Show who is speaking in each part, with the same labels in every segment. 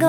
Speaker 1: 有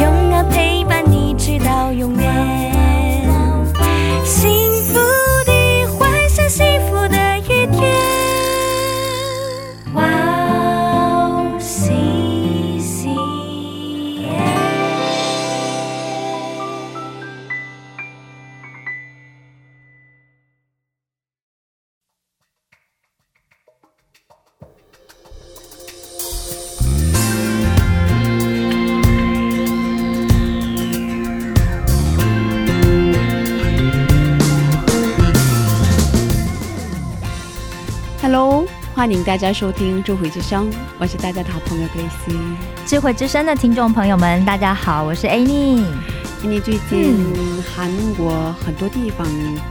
Speaker 1: 永远陪伴你直到永远。幸福的幻想，幸福的一天。哇哦，西西耶！
Speaker 2: Hello，欢迎大家收听《智慧之声》，我是大家的好朋友 Grace。
Speaker 3: 智慧之声的听众朋友们，大家好，我是 Annie。
Speaker 2: 因为最近韩国很多地方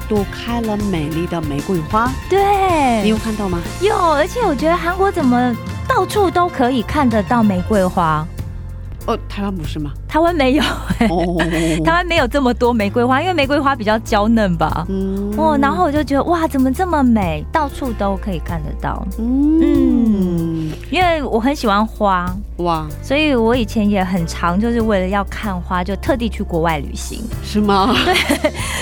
Speaker 2: 都开了美丽的玫瑰花，你
Speaker 3: 对
Speaker 2: 有，看到吗？
Speaker 3: 有，而且我觉得韩国怎么到处都可以看得到玫瑰花，
Speaker 2: 哦，台湾不是吗？
Speaker 3: 台湾没有，
Speaker 2: 哦，
Speaker 3: 台湾没有这么多玫瑰花，因为玫瑰花比较娇嫩吧。
Speaker 2: 嗯
Speaker 3: 哦，然后我就觉得哇，怎么这么美，到处都可以看得到。
Speaker 2: 嗯，
Speaker 3: 因为我很喜欢花，
Speaker 2: 哇，
Speaker 3: 所以我以前也很常就是为了要看花，就特地去国外旅行。
Speaker 2: 是吗？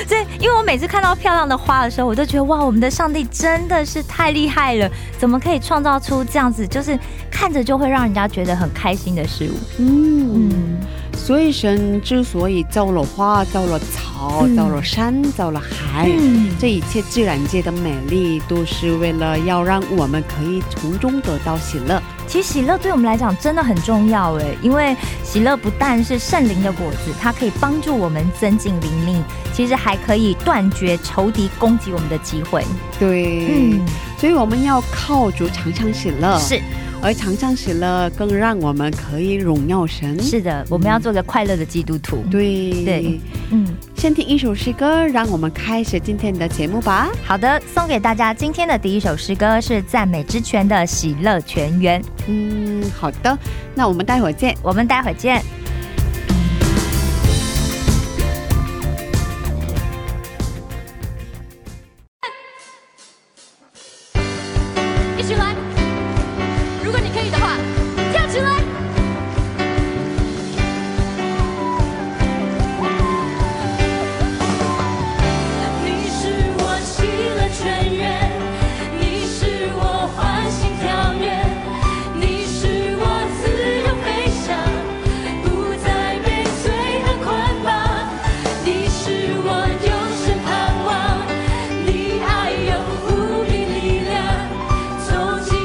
Speaker 3: 所以，因为我每次看到漂亮的花的时候，我都觉得哇，我们的上帝真的是太厉害了，怎么可以创造出这样子，就是看着就会让人家觉得很开心的事物？
Speaker 2: 嗯，
Speaker 3: 嗯，
Speaker 2: 所以神之所以造了花，造了草，
Speaker 3: 嗯
Speaker 2: 造了山，造了海。
Speaker 3: 嗯
Speaker 2: 这一切自然界的美丽，都是为了要让我们可以从中得到喜乐。
Speaker 3: 其实喜乐对我们来讲真的很重要哎，因为喜乐不但是圣灵的果子，它可以帮助我们增进灵命，其实还可以断绝仇敌攻击我们的机会。
Speaker 2: 对，所以我们要靠主常常喜乐，，
Speaker 3: 嗯是
Speaker 2: 而常常喜乐更让我们可以荣耀神。，
Speaker 3: 是的，我们要做个快乐的基督徒。
Speaker 2: 对
Speaker 3: 对。嗯，
Speaker 2: 先听一首诗歌，让我们开始今天的节目吧。
Speaker 3: 好的，送给大家今天的第一首诗歌是赞美之泉的《喜乐泉源》，
Speaker 2: 嗯，好的，那我们待会儿见。
Speaker 3: 我们待会儿见。
Speaker 4: 一起来！如果你可以的话，跳起来！你是我喜乐泉源，你是我欢欣跳跃，你是我自由飞翔，不再被罪恶捆绑。你是我永生盼望，你爱有无比力量，走进。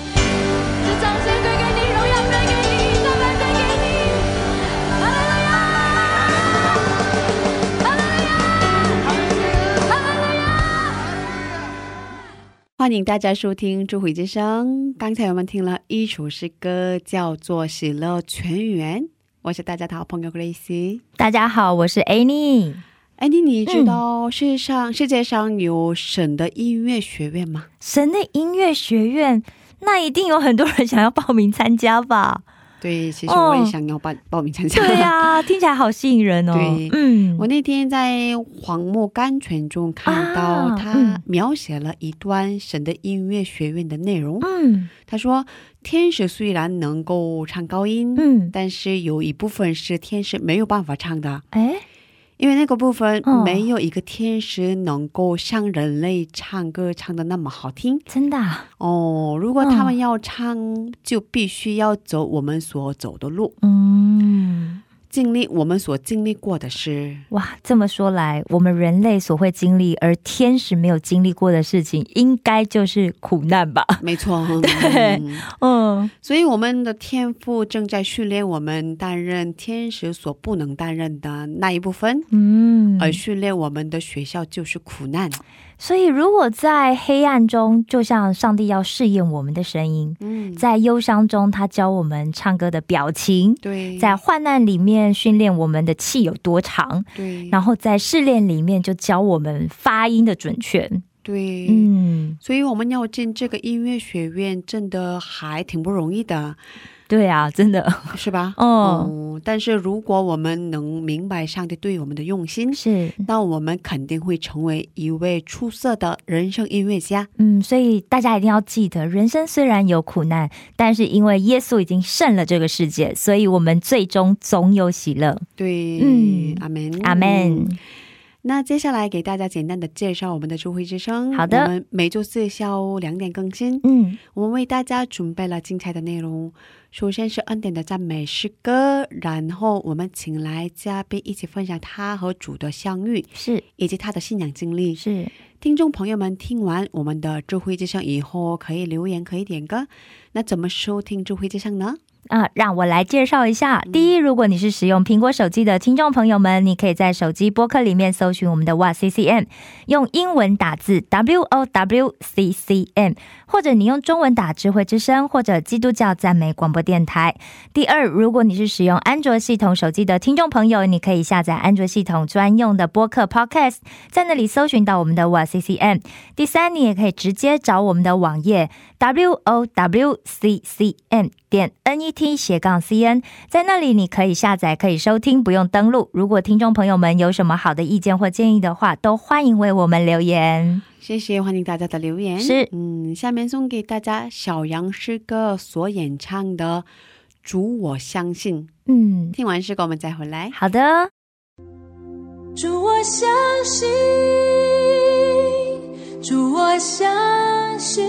Speaker 4: 啊
Speaker 2: 欢迎大家收听《智慧之声》。刚才我们听了一首诗歌，叫做《喜乐全员》。我是大家的好朋友 Grace。
Speaker 3: 大家好，我是 Annie。
Speaker 2: 安迪，你
Speaker 3: 嗯
Speaker 2: 知道世上、世界上有省的音乐学院吗？
Speaker 3: 神的音乐学院，那一定有很多人想要报名参加吧？
Speaker 2: 对，其实
Speaker 3: 哦
Speaker 2: 我也想要报、报名参加。
Speaker 3: 对啊呀、听起来好吸引人哦。
Speaker 2: 对
Speaker 3: 嗯，
Speaker 2: 我那天在黄木甘泉中看到
Speaker 3: 啊嗯
Speaker 2: 他描写了一段神的音乐学院的内容。
Speaker 3: 嗯
Speaker 2: 他说，天使虽然能够唱高音，
Speaker 3: 嗯，
Speaker 2: 但是有一部分是天使没有办法唱的，
Speaker 3: 哎，
Speaker 2: 因为那个部分
Speaker 3: 哦
Speaker 2: 没有一个天使能够像人类唱歌唱的那么好听
Speaker 3: 真的啊、
Speaker 2: 哦。如果他
Speaker 3: 哦
Speaker 2: 们要唱，就必须要走我们所走的路，
Speaker 3: 嗯，
Speaker 2: 经历我们所经历过的事。
Speaker 3: 哇，这么说来，我们人类所会经历而天使没有经历过的事情，应该就是苦难吧？
Speaker 2: 没错，
Speaker 3: 对
Speaker 2: 嗯
Speaker 3: 嗯，
Speaker 2: 所以我们的天赋正在训练我们担任天使所不能担任的那一部分，
Speaker 3: 嗯
Speaker 2: 而训练我们的学校就是苦难。
Speaker 3: 所以如果在黑暗中，就像上帝要试验我们的声音；
Speaker 2: 嗯，
Speaker 3: 在忧伤中，他教我们唱歌的表情；
Speaker 2: 对，
Speaker 3: 在患难里面训练我们的气有多长，
Speaker 2: 对，
Speaker 3: 然后在试炼里面就教我们发音的准确。
Speaker 2: 对，
Speaker 3: 嗯，
Speaker 2: 所以我们要进这个音乐学院，真的还挺不容易 的，
Speaker 3: 对啊，真的
Speaker 2: 是吧？
Speaker 3: 哦
Speaker 2: 嗯但是如果我们能明白上帝对我们的用心，
Speaker 3: 是。
Speaker 2: 那我们肯定会成为一位出色的人生音乐家。
Speaker 3: 嗯，所以大家一定要记得，人生虽然有苦难，但是因为耶稣已经胜了这个世界，所以我们最终总有喜乐。
Speaker 2: 对，
Speaker 3: 嗯
Speaker 2: 阿门，
Speaker 3: 阿门。
Speaker 2: 那接下来给大家简单的介绍我们的智慧之声。
Speaker 3: 好的
Speaker 2: 我们每周四下午两点更新。
Speaker 3: 嗯，
Speaker 2: 我们为大家准备了精彩的内容，首先是恩典的赞美诗歌，然后我们请来嘉宾一起分享他和主的相遇，
Speaker 3: 是
Speaker 2: 以及他的信仰经历。
Speaker 3: 是，
Speaker 2: 听众朋友们，听完我们的智慧之声以后，可以留言，可以点歌。那怎么收听智慧之声呢？
Speaker 3: 啊，让我来介绍一下。第一，如果你是使用苹果手机的听众朋友们，你可以在手机播客里面搜寻我们的 What CCM，用英文打字 W O W C C M，或者你用中文打“智慧之声”或者“基督教赞美广播电台”。第二，如果你是使用安卓系统手机的听众朋友，你可以下载安卓系统专用的播客 Podcast，在那里搜寻到我们的 What CCM。第三，你也可以直接找我们的网页 w o w c c m 点 n e t 斜杠 c n，在那里你可以下载，可以收听，不用登录。如果听众朋友们有什么好的意见或建议的话，都欢迎为我们留言。
Speaker 2: 谢谢，欢迎大家的留言。
Speaker 3: 是
Speaker 2: 嗯，下面送给大家小杨诗歌所演唱的《主我相信》。
Speaker 3: 嗯，
Speaker 2: 听完诗歌我们再回来。
Speaker 3: 好的，
Speaker 4: 主，我相信，主，我相信，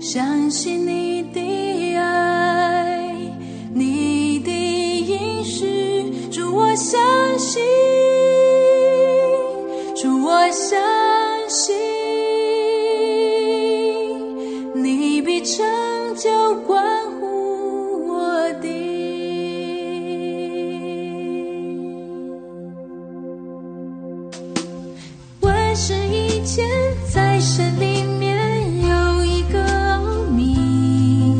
Speaker 4: 相信你的爱，你的应许。主，我相信，主，我相信，你必成就关乎我的。万事以前，在神里面有一个奥秘。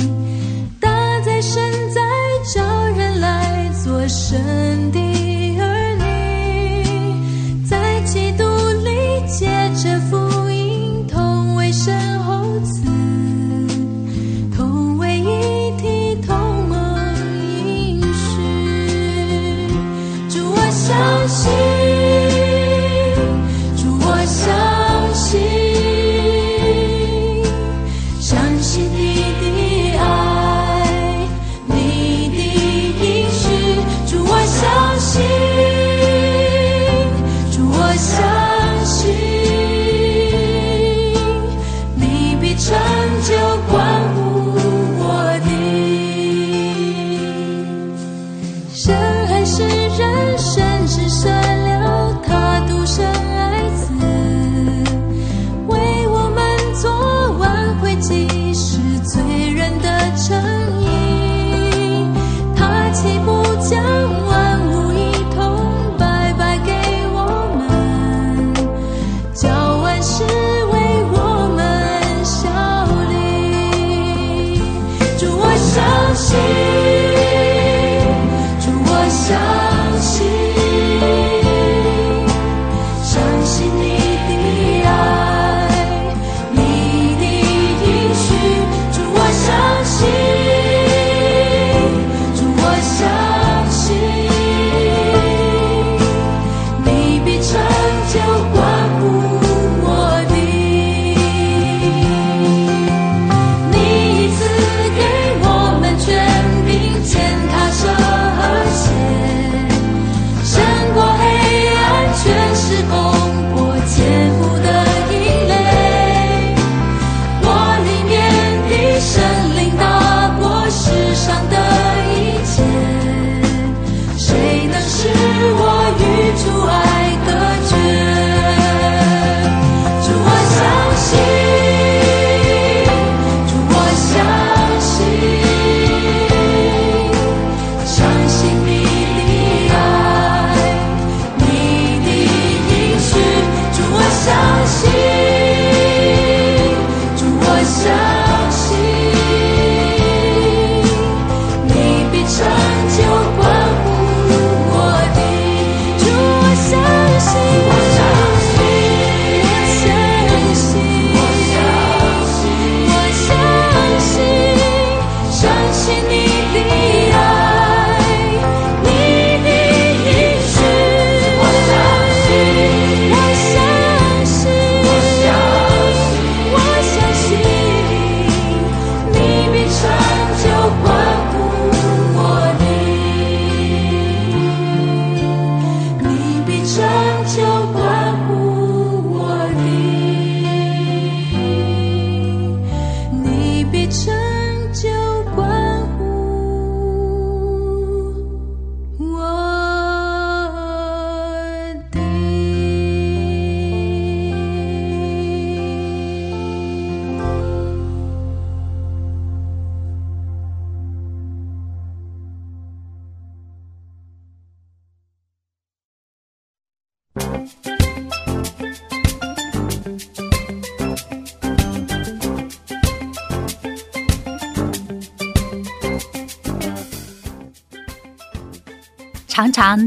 Speaker 4: 信，主我相信，相信你的爱，你的应许，主我相信，主我相信，你必成就关乎我的。你已赐给我们权柄，践踏蛇和险，胜过黑暗，全是攻破坚固的营垒。我里面的神灵大过世上的一切，谁能使我与主爱隔绝？主我相信，主我相信，相信你的爱，你的应许，主我相信，主我相信。你必成就关乎我的，主我相信，我相信，我相信，我相信，我相信，相信你的爱，你的应许，我相信，我相信，我相信，我相信。你必成就关乎我的，你必成就关乎我的，你必成就关乎我的。
Speaker 5: 常常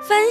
Speaker 6: 分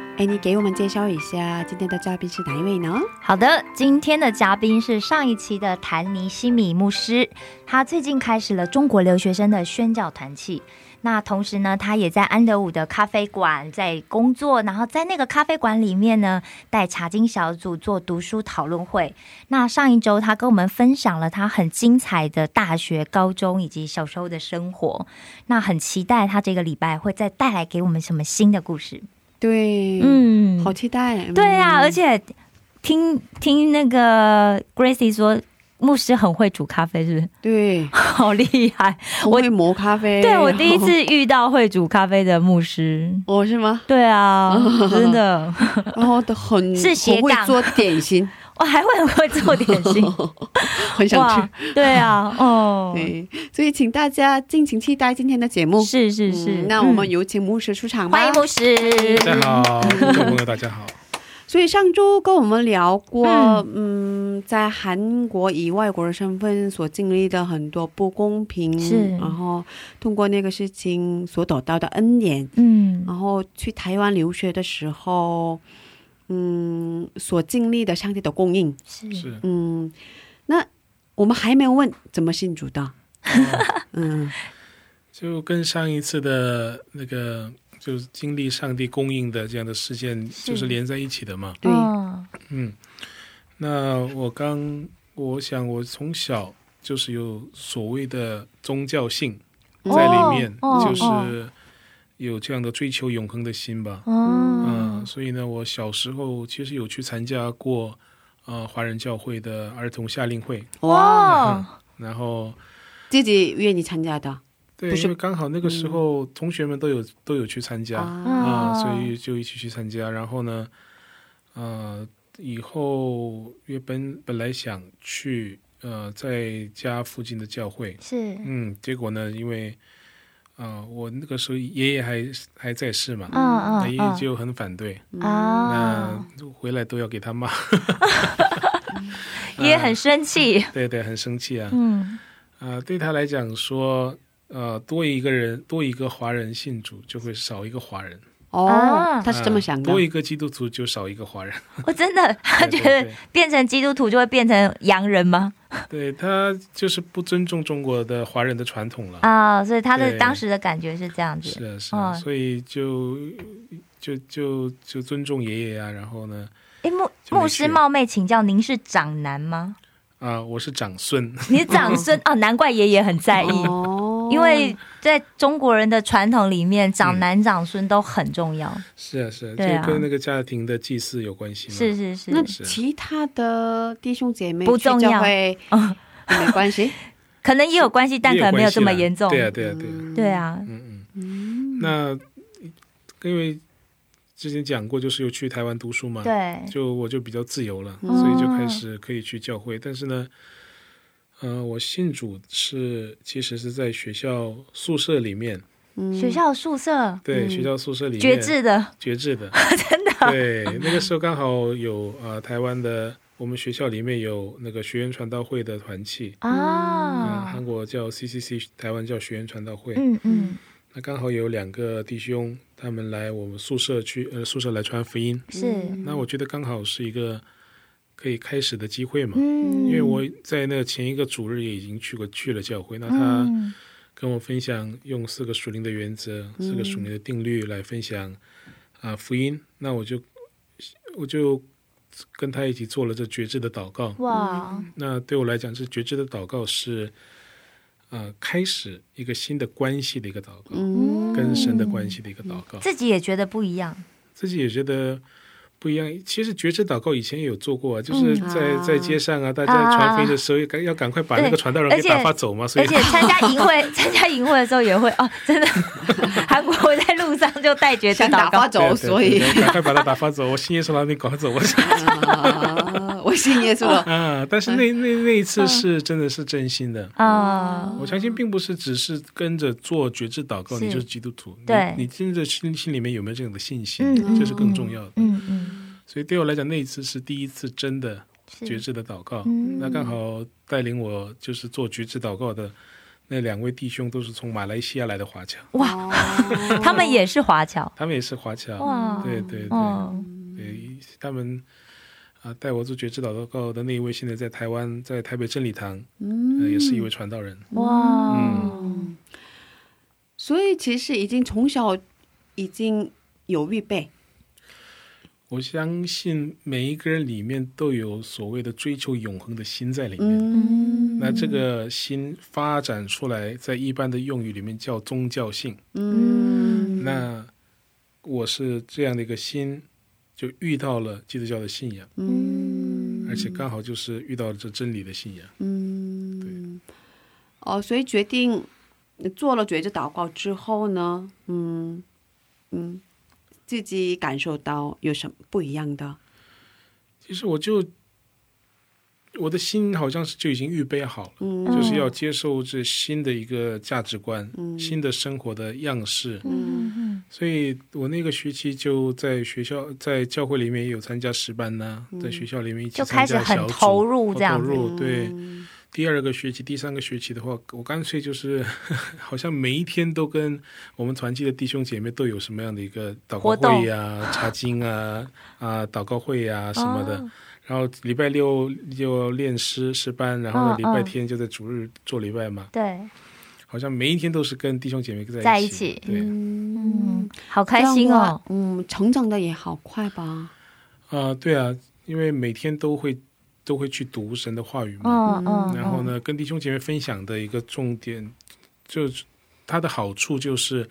Speaker 2: 哎，你给我们介绍一下今天的嘉宾是哪一位呢？
Speaker 3: 好的，今天的嘉宾是上一期的谭尼西米牧师，他最近开始了中国留学生的宣教团契。那同时呢，他也在安德伍的咖啡馆在工作，然后在那个咖啡馆里面呢，带查经小组做读书讨论会。那上一周他跟我们分享了他很精彩的大学、高中以及小时候的生活。那很期待他这个礼拜会再带来给我们什么新的故事。
Speaker 2: 对，，
Speaker 3: 嗯
Speaker 2: 好期待。嗯
Speaker 3: 对啊，而且听听那个 Gracie 说，牧师很会煮咖啡，是不 是？
Speaker 2: 对，
Speaker 3: 好厉害！
Speaker 2: 我会磨咖啡。
Speaker 3: 对我第一次遇到会煮咖啡的牧师。
Speaker 2: 哦，是吗？ 哦
Speaker 3: 对啊，真的
Speaker 2: 然后都很
Speaker 3: 是斜
Speaker 2: 很会
Speaker 3: 杠
Speaker 2: 做点心，哦
Speaker 3: 我还会很会做点 心，
Speaker 2: 很想
Speaker 3: 哇
Speaker 2: 吃。，
Speaker 3: 对啊，哦，
Speaker 2: 对，所以请大家敬请期待今天的节目。
Speaker 3: 是是是，
Speaker 2: 嗯那我们
Speaker 3: 嗯
Speaker 2: 有请牧师出场吧。
Speaker 3: 欢迎牧师，
Speaker 7: 大家好，各位朋友大家好。
Speaker 2: 所以上周跟我们聊过，嗯，在韩国以外国人身份所经历的很多不公平，
Speaker 3: 是
Speaker 2: 然后通过那个事情所得到的恩典，
Speaker 3: 嗯
Speaker 2: 然后去台湾留学的时候，嗯，所经历的上帝的供应，
Speaker 3: 是
Speaker 7: 是，
Speaker 2: 嗯，那我们还没有问怎么信主的，嗯，
Speaker 7: 哦就跟上一次的那个，就是经历上帝供应的这样的事件，就是连在一起的嘛。
Speaker 2: 对，
Speaker 3: 嗯
Speaker 7: 嗯，那我刚，我想我从小就是有所谓的宗教性
Speaker 2: 嗯
Speaker 7: 在里面，
Speaker 3: 哦哦
Speaker 7: 就是有这样的追求永恒的心吧。嗯，
Speaker 3: 哦，
Speaker 7: 所以呢，我小时候其实有去参加过，呃，华人教会的儿童夏令会，
Speaker 2: 哇，
Speaker 3: 哇，
Speaker 7: 然后
Speaker 2: 自己愿意参加的
Speaker 7: 对，
Speaker 2: 不是
Speaker 7: 因为刚好那个时候同学们都有都有去参加啊、
Speaker 2: 啊，
Speaker 7: 所以就一起去参加。然后呢，呃，以后原本本来想去呃在家附近的教会，
Speaker 3: 是，
Speaker 7: 嗯，结果呢，因为呃我那个时候爷爷还还在世嘛，
Speaker 3: 嗯
Speaker 7: 那
Speaker 3: 嗯
Speaker 7: 爷爷
Speaker 3: 嗯
Speaker 7: 哎就很反对，
Speaker 3: 啊，
Speaker 7: 那回来都要给他骂，
Speaker 3: 也很生气，
Speaker 7: 对对，很生气啊。
Speaker 3: 嗯，
Speaker 7: 啊、对他来讲说，呃，多一个人，多一个华人信主，就会少一个华人；
Speaker 2: 哦
Speaker 3: 啊，
Speaker 2: 他是
Speaker 7: 네.
Speaker 2: 这么想的
Speaker 7: 嗯多，一个基督徒就少一个华人。
Speaker 3: 我真的 他
Speaker 7: 对
Speaker 3: 觉
Speaker 7: 对
Speaker 3: 得变成基督徒就会变成洋人吗？
Speaker 7: 对对他就是不尊重中国的华人的传统了。
Speaker 3: 啊，所以他的
Speaker 7: 对
Speaker 3: 当时的感觉是这样
Speaker 7: 是
Speaker 3: 子，
Speaker 7: 啊，是啊，
Speaker 3: 哦
Speaker 7: 所以就就就就尊重爷爷啊，然后呢，
Speaker 3: 哎，牧
Speaker 7: 就没
Speaker 3: 牧师
Speaker 7: 去
Speaker 3: 冒昧请教，您是长男吗？
Speaker 7: 啊、我是长孙，
Speaker 3: 你是长孙哦，难怪爷爷很在意。
Speaker 2: 哦
Speaker 3: 因为在中国人的传统里面，长男长孙都很重要。
Speaker 7: 是啊，是啊，
Speaker 3: 对啊
Speaker 7: 就跟那个家庭的祭祀有关系嘛。
Speaker 3: 是是是
Speaker 2: 那，
Speaker 7: 是
Speaker 2: 其他的弟兄姐妹
Speaker 3: 不重要
Speaker 2: 去教会
Speaker 3: 嗯
Speaker 2: 也没关系。
Speaker 3: 可能也有关系，但可能没有这么严重。
Speaker 7: 对啊，对啊，对啊。
Speaker 2: 음.
Speaker 3: 对啊，
Speaker 7: 嗯嗯，那因为之前讲过，就是有去台湾读书嘛，
Speaker 3: 对，
Speaker 7: 就我就比较自由了，
Speaker 2: 嗯
Speaker 7: 所以就
Speaker 3: 哦
Speaker 7: 开始可以去教会。但是呢，呃，我信主是其实是在学校宿舍里面，
Speaker 2: 嗯
Speaker 3: 学校宿舍
Speaker 7: 对，
Speaker 2: 嗯
Speaker 7: 学校宿舍里面
Speaker 3: 绝志的，
Speaker 7: 绝志 的，
Speaker 3: 哦真的啊
Speaker 7: 对，那个时候刚好有呃台湾的。我们学校里面有那个学员传道会的团契，嗯，
Speaker 3: 啊
Speaker 7: 韩，国叫 CCC，台湾叫学员传道会。
Speaker 3: 嗯嗯，
Speaker 7: 那刚好有两个弟兄，他们来我们宿舍去，呃，宿舍来传福音。
Speaker 3: 是，
Speaker 7: 那我觉得刚好是一个可以开始的机会嘛，
Speaker 3: 嗯，
Speaker 7: 因为我在那前一个主日也已经去过去了教会，那他
Speaker 3: 嗯
Speaker 7: 跟我分享用四个属灵的原则、四个属灵的定律来分享啊、福音，那我就我就跟他一起做了这觉知的祷告。
Speaker 3: 哇，
Speaker 7: 那对我来讲，这觉知的祷告是。呃，开始一个新的关系的一个祷告，
Speaker 2: 嗯
Speaker 7: 跟神的关系的一个祷告，
Speaker 3: 自己也觉得不一样，
Speaker 7: 自己也觉得不一样。其实觉知祷告以前也有做过啊，就是
Speaker 2: 嗯
Speaker 7: 在、
Speaker 2: 啊
Speaker 7: 在街上啊，大家传福音的时候，要赶要赶快把那个
Speaker 3: 对
Speaker 7: 传道人
Speaker 3: 而
Speaker 7: 给
Speaker 3: 且
Speaker 7: 打发走嘛，所
Speaker 3: 而
Speaker 7: 以
Speaker 3: 且参加营会， 参加营会的时候也会哦，真的，韩国我在路上就带绝志
Speaker 2: 想打
Speaker 3: 祷
Speaker 2: 发
Speaker 3: 告，
Speaker 7: 对
Speaker 2: 走，
Speaker 7: 对
Speaker 2: 所
Speaker 7: 对
Speaker 2: 以
Speaker 7: 对赶快把他打发走。我信耶稣了，你赶快走。我
Speaker 2: 啊我信耶稣 了。
Speaker 7: 啊，但是那那那一次是真的是真心的。
Speaker 3: 啊，
Speaker 7: 我相信，并不是只是跟着做觉知祷告，
Speaker 3: 是
Speaker 7: 你就是基督徒。你
Speaker 3: 对
Speaker 7: 你真的心心里面有没有这样的信
Speaker 3: 嗯
Speaker 7: 心，
Speaker 3: 嗯
Speaker 7: 这是更重要的。
Speaker 3: 嗯嗯，
Speaker 7: 所以对我来讲，那一次是第一次真的
Speaker 3: 是
Speaker 7: 觉知的祷告。
Speaker 3: 嗯
Speaker 7: 那刚好带领我就是做觉知祷告的那两位弟兄都是从马来西亚来的华侨，
Speaker 3: 他们也是华侨，
Speaker 7: 他们也是华侨。
Speaker 3: 哇，
Speaker 7: 对对对、
Speaker 3: 哦，
Speaker 7: 对，他们啊、带我做觉知祷告的那一位，现在在台湾，在台北真理堂，
Speaker 3: 嗯
Speaker 2: 음.
Speaker 7: 呃，也是一位传道人。
Speaker 3: 哇，
Speaker 7: 嗯
Speaker 2: 所以其实已经从小已经有预备，
Speaker 7: 我相信每一个人里面都有所谓的追求永恒的心在里面。
Speaker 2: 嗯
Speaker 7: 那这个心发展出来，在一般的用语里面叫宗教性。 음.
Speaker 2: 嗯，
Speaker 7: 那我是这样的一个心，就遇到了基督教的信仰，
Speaker 2: 음.嗯
Speaker 7: 而且刚好就是遇到了这真理的信仰。
Speaker 2: 嗯，哦，所以决定做了觉知祷告之后呢，嗯嗯，自己感受到有什么不一样的，
Speaker 7: 其实我就我的心好像是就已经预备好了，
Speaker 2: 嗯
Speaker 7: 就是要接受这新的一个价值观、新的生活的样式。
Speaker 3: 嗯
Speaker 7: 所以我那个学期就在学校，在教会里面也有参加十班呐、在学校里面一
Speaker 3: 嗯
Speaker 7: 起
Speaker 3: 就开
Speaker 7: 参
Speaker 3: 始
Speaker 7: 加
Speaker 3: 很
Speaker 7: 小组
Speaker 3: 投入
Speaker 7: 好
Speaker 3: 这样
Speaker 7: 投
Speaker 3: 子
Speaker 7: 入对。第二个学期、第三个学期的话，我干脆就是 好像每一天都跟我们团契的弟兄姐妹都有什么样的一个祷告
Speaker 3: 活动
Speaker 7: 会呀、查 经啊、啊祷告会呀、什么的。
Speaker 3: 哦
Speaker 7: 然后礼拜六就练诗诗班，然后
Speaker 3: 嗯
Speaker 7: 呢礼拜
Speaker 3: 嗯
Speaker 7: 天就在主日做礼拜嘛，
Speaker 3: 对，
Speaker 7: 好像每一天都是跟弟兄姐妹在
Speaker 3: 在
Speaker 7: 一
Speaker 3: 一
Speaker 7: 起。
Speaker 3: 起
Speaker 7: 对，
Speaker 3: 嗯，好开心哦，
Speaker 2: 嗯，成长的也好快吧。
Speaker 7: 啊、对啊，因为每天都会都会去读神的话语嘛，
Speaker 3: 嗯嗯，
Speaker 7: 然后呢，跟弟兄姐妹分享的一个重点，就是它的好处就是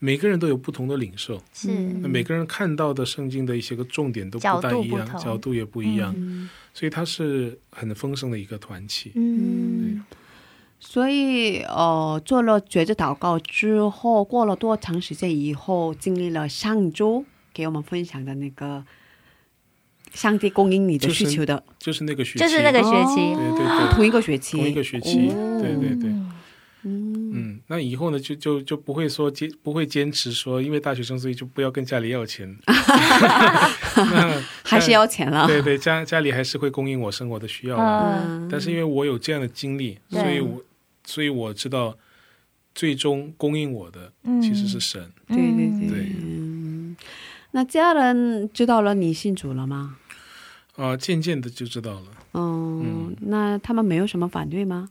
Speaker 7: 每个人都有不同的领受，
Speaker 3: 是
Speaker 7: 那每个人看到的圣经的一些个重点都
Speaker 3: 嗯角
Speaker 7: 不大
Speaker 3: 度
Speaker 7: 一
Speaker 3: 不
Speaker 7: 样，
Speaker 3: 同
Speaker 7: 角度也不一样，
Speaker 2: 嗯，
Speaker 7: 所以它是很丰盛的一个团体。
Speaker 3: 嗯，
Speaker 2: 所以呃，做了觉知祷告之后，过了多长时间以后，经历了上周给我们分享的那个上帝供应你的需求的，
Speaker 7: 就是那个学期，
Speaker 3: 就是那个学期
Speaker 7: 对
Speaker 2: 哦
Speaker 7: 对对，
Speaker 2: 同一个学期，
Speaker 7: 同一个学期，
Speaker 2: 哦
Speaker 7: 对对对。
Speaker 2: 嗯
Speaker 7: 嗯，那以后呢，就就就不会说坚不会坚持说，因为大学生所以就不要跟家里要钱， 那
Speaker 2: 还是要钱了。
Speaker 7: 对对，家家里还是会供应我生活的需要的。
Speaker 3: 呃，
Speaker 2: 嗯
Speaker 7: 但是因为我有这样的经历，
Speaker 3: 对
Speaker 7: 所以我所以我知道，最终供应我的
Speaker 3: 嗯
Speaker 7: 其实是神。
Speaker 2: 对对对
Speaker 7: 对
Speaker 2: 嗯，那家人知道了你信主了吗？
Speaker 7: 啊、渐渐的就知道了。
Speaker 2: 嗯，那他们没有什么反对吗？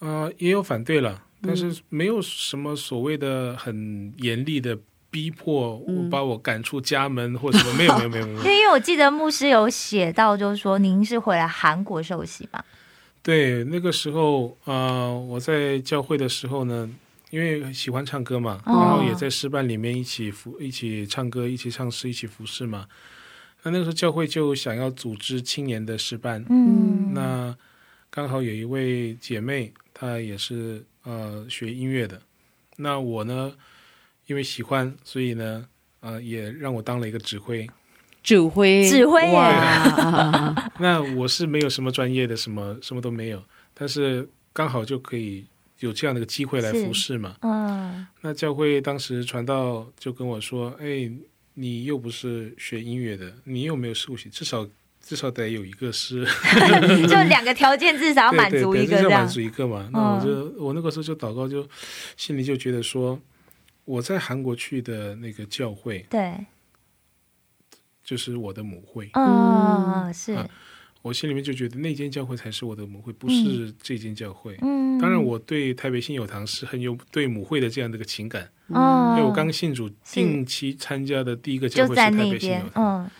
Speaker 7: 啊、也有反对了，但
Speaker 3: 嗯
Speaker 7: 是没有什么所谓的很严厉的逼迫，
Speaker 3: 嗯
Speaker 7: 我把我赶出家门或什么，没有没有没有没有
Speaker 3: 因。为因为我记得牧师有写到，就是说您是回来韩国受洗嘛，
Speaker 7: 对，那个时候，呃，我在教会的时候呢，因为喜欢唱歌嘛，然后也在诗班里面一起服、一起唱歌、一起唱诗、一起服侍嘛。那那个时候教会就想要组织青年的诗班，
Speaker 3: 嗯，
Speaker 7: 那刚好有一位姐妹，她也是呃学音乐的。那我呢，因为喜欢，所以呢，呃，也让我当了一个指挥。
Speaker 2: 指挥，
Speaker 3: 指挥耶
Speaker 2: 哇！啊
Speaker 7: 那我是没有什么专业的，什么什么都没有，但是刚好就可以有这样的一个机会来服侍嘛。
Speaker 3: 嗯，
Speaker 7: 那教会当时传道就跟我说：“哎，你又不是学音乐的，你又没有受洗，至少至少得有一个是，
Speaker 3: 就两个条件至少 要
Speaker 7: 对
Speaker 3: 满
Speaker 7: 对
Speaker 3: 足
Speaker 7: 对
Speaker 3: 一个
Speaker 7: 至
Speaker 3: 这
Speaker 7: 少满
Speaker 3: 样，嗯
Speaker 7: 足一个嘛。”那我就、我那个时候就祷告就，心里就觉得说，我在韩国去的那个教会
Speaker 3: 对，
Speaker 7: 就是我的母会，
Speaker 3: 嗯，是，
Speaker 7: 我心里面就觉得那间教会才是我的母会，不是这间教会。
Speaker 3: 嗯，
Speaker 7: 当然，我对台北信友堂是很有对母会的这样的一个情感，因
Speaker 3: 嗯，
Speaker 7: 为我刚信主，
Speaker 3: 是
Speaker 7: 近期参加的第一个教
Speaker 3: 就
Speaker 7: 会是
Speaker 3: 在
Speaker 7: 台
Speaker 3: 那
Speaker 7: 北信
Speaker 3: 边
Speaker 7: 友，堂，
Speaker 3: 嗯。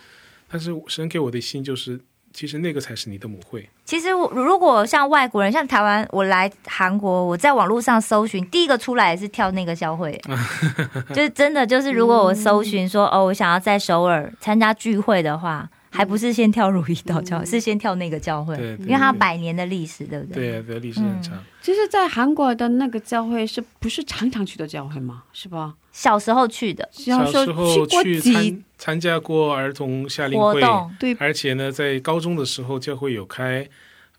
Speaker 7: 但是神给我的心就是，其实那个才是你的母会，
Speaker 3: 其实我如果像外国人，像台湾，我来韩国，我在网络上搜寻，第一个出来也是跳那个教 会，就是真的就是，如果我搜寻说、哦，我想要在首尔参加聚会的话，还不是先跳如意岛教会，是先跳那个教会，
Speaker 7: 嗯对对
Speaker 3: 因为它
Speaker 7: 对
Speaker 3: 百年的嗯历史，对不对？
Speaker 7: 对，的历史很长。
Speaker 2: 其实，在韩国的那个教会是不是常常去的教会嘛？是吧？
Speaker 3: 小时候去的
Speaker 2: 只要
Speaker 7: 小
Speaker 2: 说
Speaker 7: 时候
Speaker 2: 过
Speaker 7: 去
Speaker 2: 几，
Speaker 7: 参参加过儿童夏令
Speaker 3: 活
Speaker 7: 会，
Speaker 3: 动，
Speaker 2: 对，
Speaker 7: 而且呢，在高中的时候教会有开，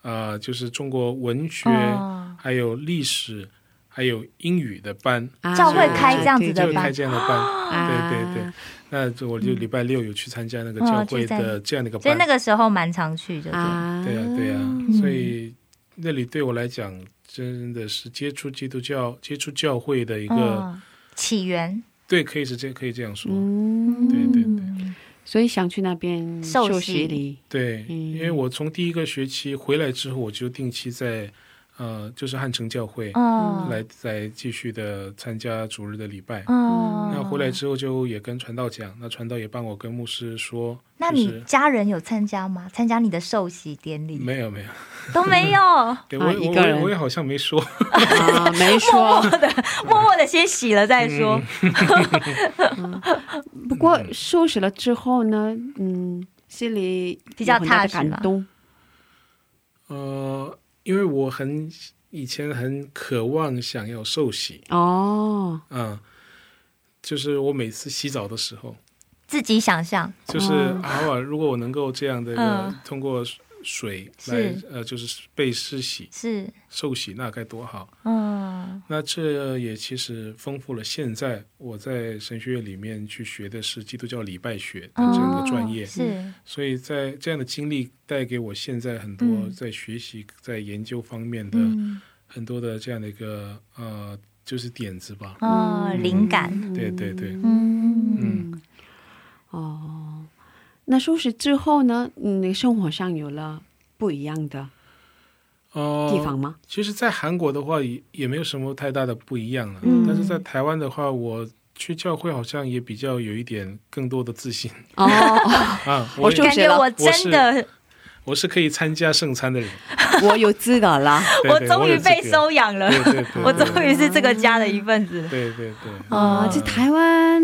Speaker 7: 呃，就是中国文学、
Speaker 3: 嗯
Speaker 7: 还有历史，还有英语的班，
Speaker 2: 啊
Speaker 3: 教会开这样子的
Speaker 7: 就
Speaker 3: 班
Speaker 7: 开这样的班。
Speaker 2: 啊
Speaker 7: 对对对，那我
Speaker 2: 嗯
Speaker 7: 就礼拜六有去参加那
Speaker 2: 哦
Speaker 7: 个教会的这样的一个
Speaker 3: 所以
Speaker 7: 班，
Speaker 3: 那个时候蛮常去的，对，
Speaker 2: 啊，
Speaker 7: 对呀、对呀、所以那里对我来讲真的是接触基督教、接触教会的一个，
Speaker 3: 嗯，起源
Speaker 7: 对，可以是这可以这样说，
Speaker 2: 哦嗯，
Speaker 7: 对对对
Speaker 2: 所以想去那边
Speaker 3: 受
Speaker 2: 受
Speaker 3: 洗
Speaker 2: 洗礼，
Speaker 7: 对、
Speaker 2: 嗯
Speaker 7: 因为我从第一个学期回来之后，我就定期在呃，就是汉城教
Speaker 2: 哦
Speaker 7: 会、
Speaker 3: 嗯
Speaker 7: 来来继续的参加主日的礼拜。
Speaker 3: 嗯
Speaker 2: 哦
Speaker 7: 那回来之后就也跟传道讲，那传道也帮我跟牧师说，
Speaker 3: 那
Speaker 7: 就
Speaker 3: 你
Speaker 7: 是
Speaker 3: 家人有参加吗？参加你的寿喜典礼
Speaker 7: 没有没有，
Speaker 3: 都没 有？
Speaker 7: 对
Speaker 2: 啊
Speaker 7: 我
Speaker 2: 一
Speaker 7: 我
Speaker 2: 个人
Speaker 7: 我我也好像没说，
Speaker 2: 啊，没说。
Speaker 3: 默默的先洗了再说。
Speaker 7: 嗯
Speaker 2: 不过受洗了之后呢，嗯，心里
Speaker 3: 比较
Speaker 2: 有很大的
Speaker 3: 踏实吧
Speaker 2: 感动，
Speaker 7: 呃，因为我很以前很渴望想要受洗
Speaker 2: 哦，
Speaker 7: 啊、就是我每次洗澡的时候，
Speaker 3: 自己想象，
Speaker 7: 就是、啊，哇如果我能够这样的一个、
Speaker 3: 哦嗯
Speaker 7: 通过水
Speaker 3: 是
Speaker 7: 来呃，就是被施洗
Speaker 3: 是，
Speaker 7: 受洗，那该多好！
Speaker 3: 嗯，
Speaker 7: 那这也其实丰富了现在我在神学院里面去学的是基督教礼拜学的这个专业，
Speaker 3: 哦是，
Speaker 7: 所以在这样的经历带给我现在很多
Speaker 3: 嗯
Speaker 7: 在学习、在研究方面的
Speaker 3: 嗯，
Speaker 7: 很多的这样的一个呃，就是点子吧。
Speaker 3: 哦，灵感，
Speaker 7: 对对对，
Speaker 3: 嗯，
Speaker 7: 嗯，
Speaker 2: 哦，那收拾之后呢？你生活上有了不一样的
Speaker 7: 哦、
Speaker 2: 地方吗？
Speaker 7: 其实，在韩国的话也也没有什么太大的不一样了，
Speaker 2: 嗯
Speaker 7: 但是在台湾的话，我去教会好像也比较有一点更多的自信
Speaker 2: 哦，
Speaker 7: 啊。
Speaker 2: 我
Speaker 7: 我也
Speaker 2: 就
Speaker 3: 感
Speaker 2: 是
Speaker 3: 觉
Speaker 2: 了
Speaker 3: 我真的，
Speaker 7: 我是可以参加圣餐 的人，
Speaker 2: 我有资格 了。
Speaker 7: 对
Speaker 3: 我
Speaker 7: 对
Speaker 3: 终于
Speaker 7: 有资嗯
Speaker 3: 被
Speaker 7: 格
Speaker 3: 收养了，
Speaker 7: 对对对，
Speaker 3: 我
Speaker 7: 对
Speaker 3: 终于哦是这个家的一份子。
Speaker 7: 对对对，
Speaker 2: 啊、在台湾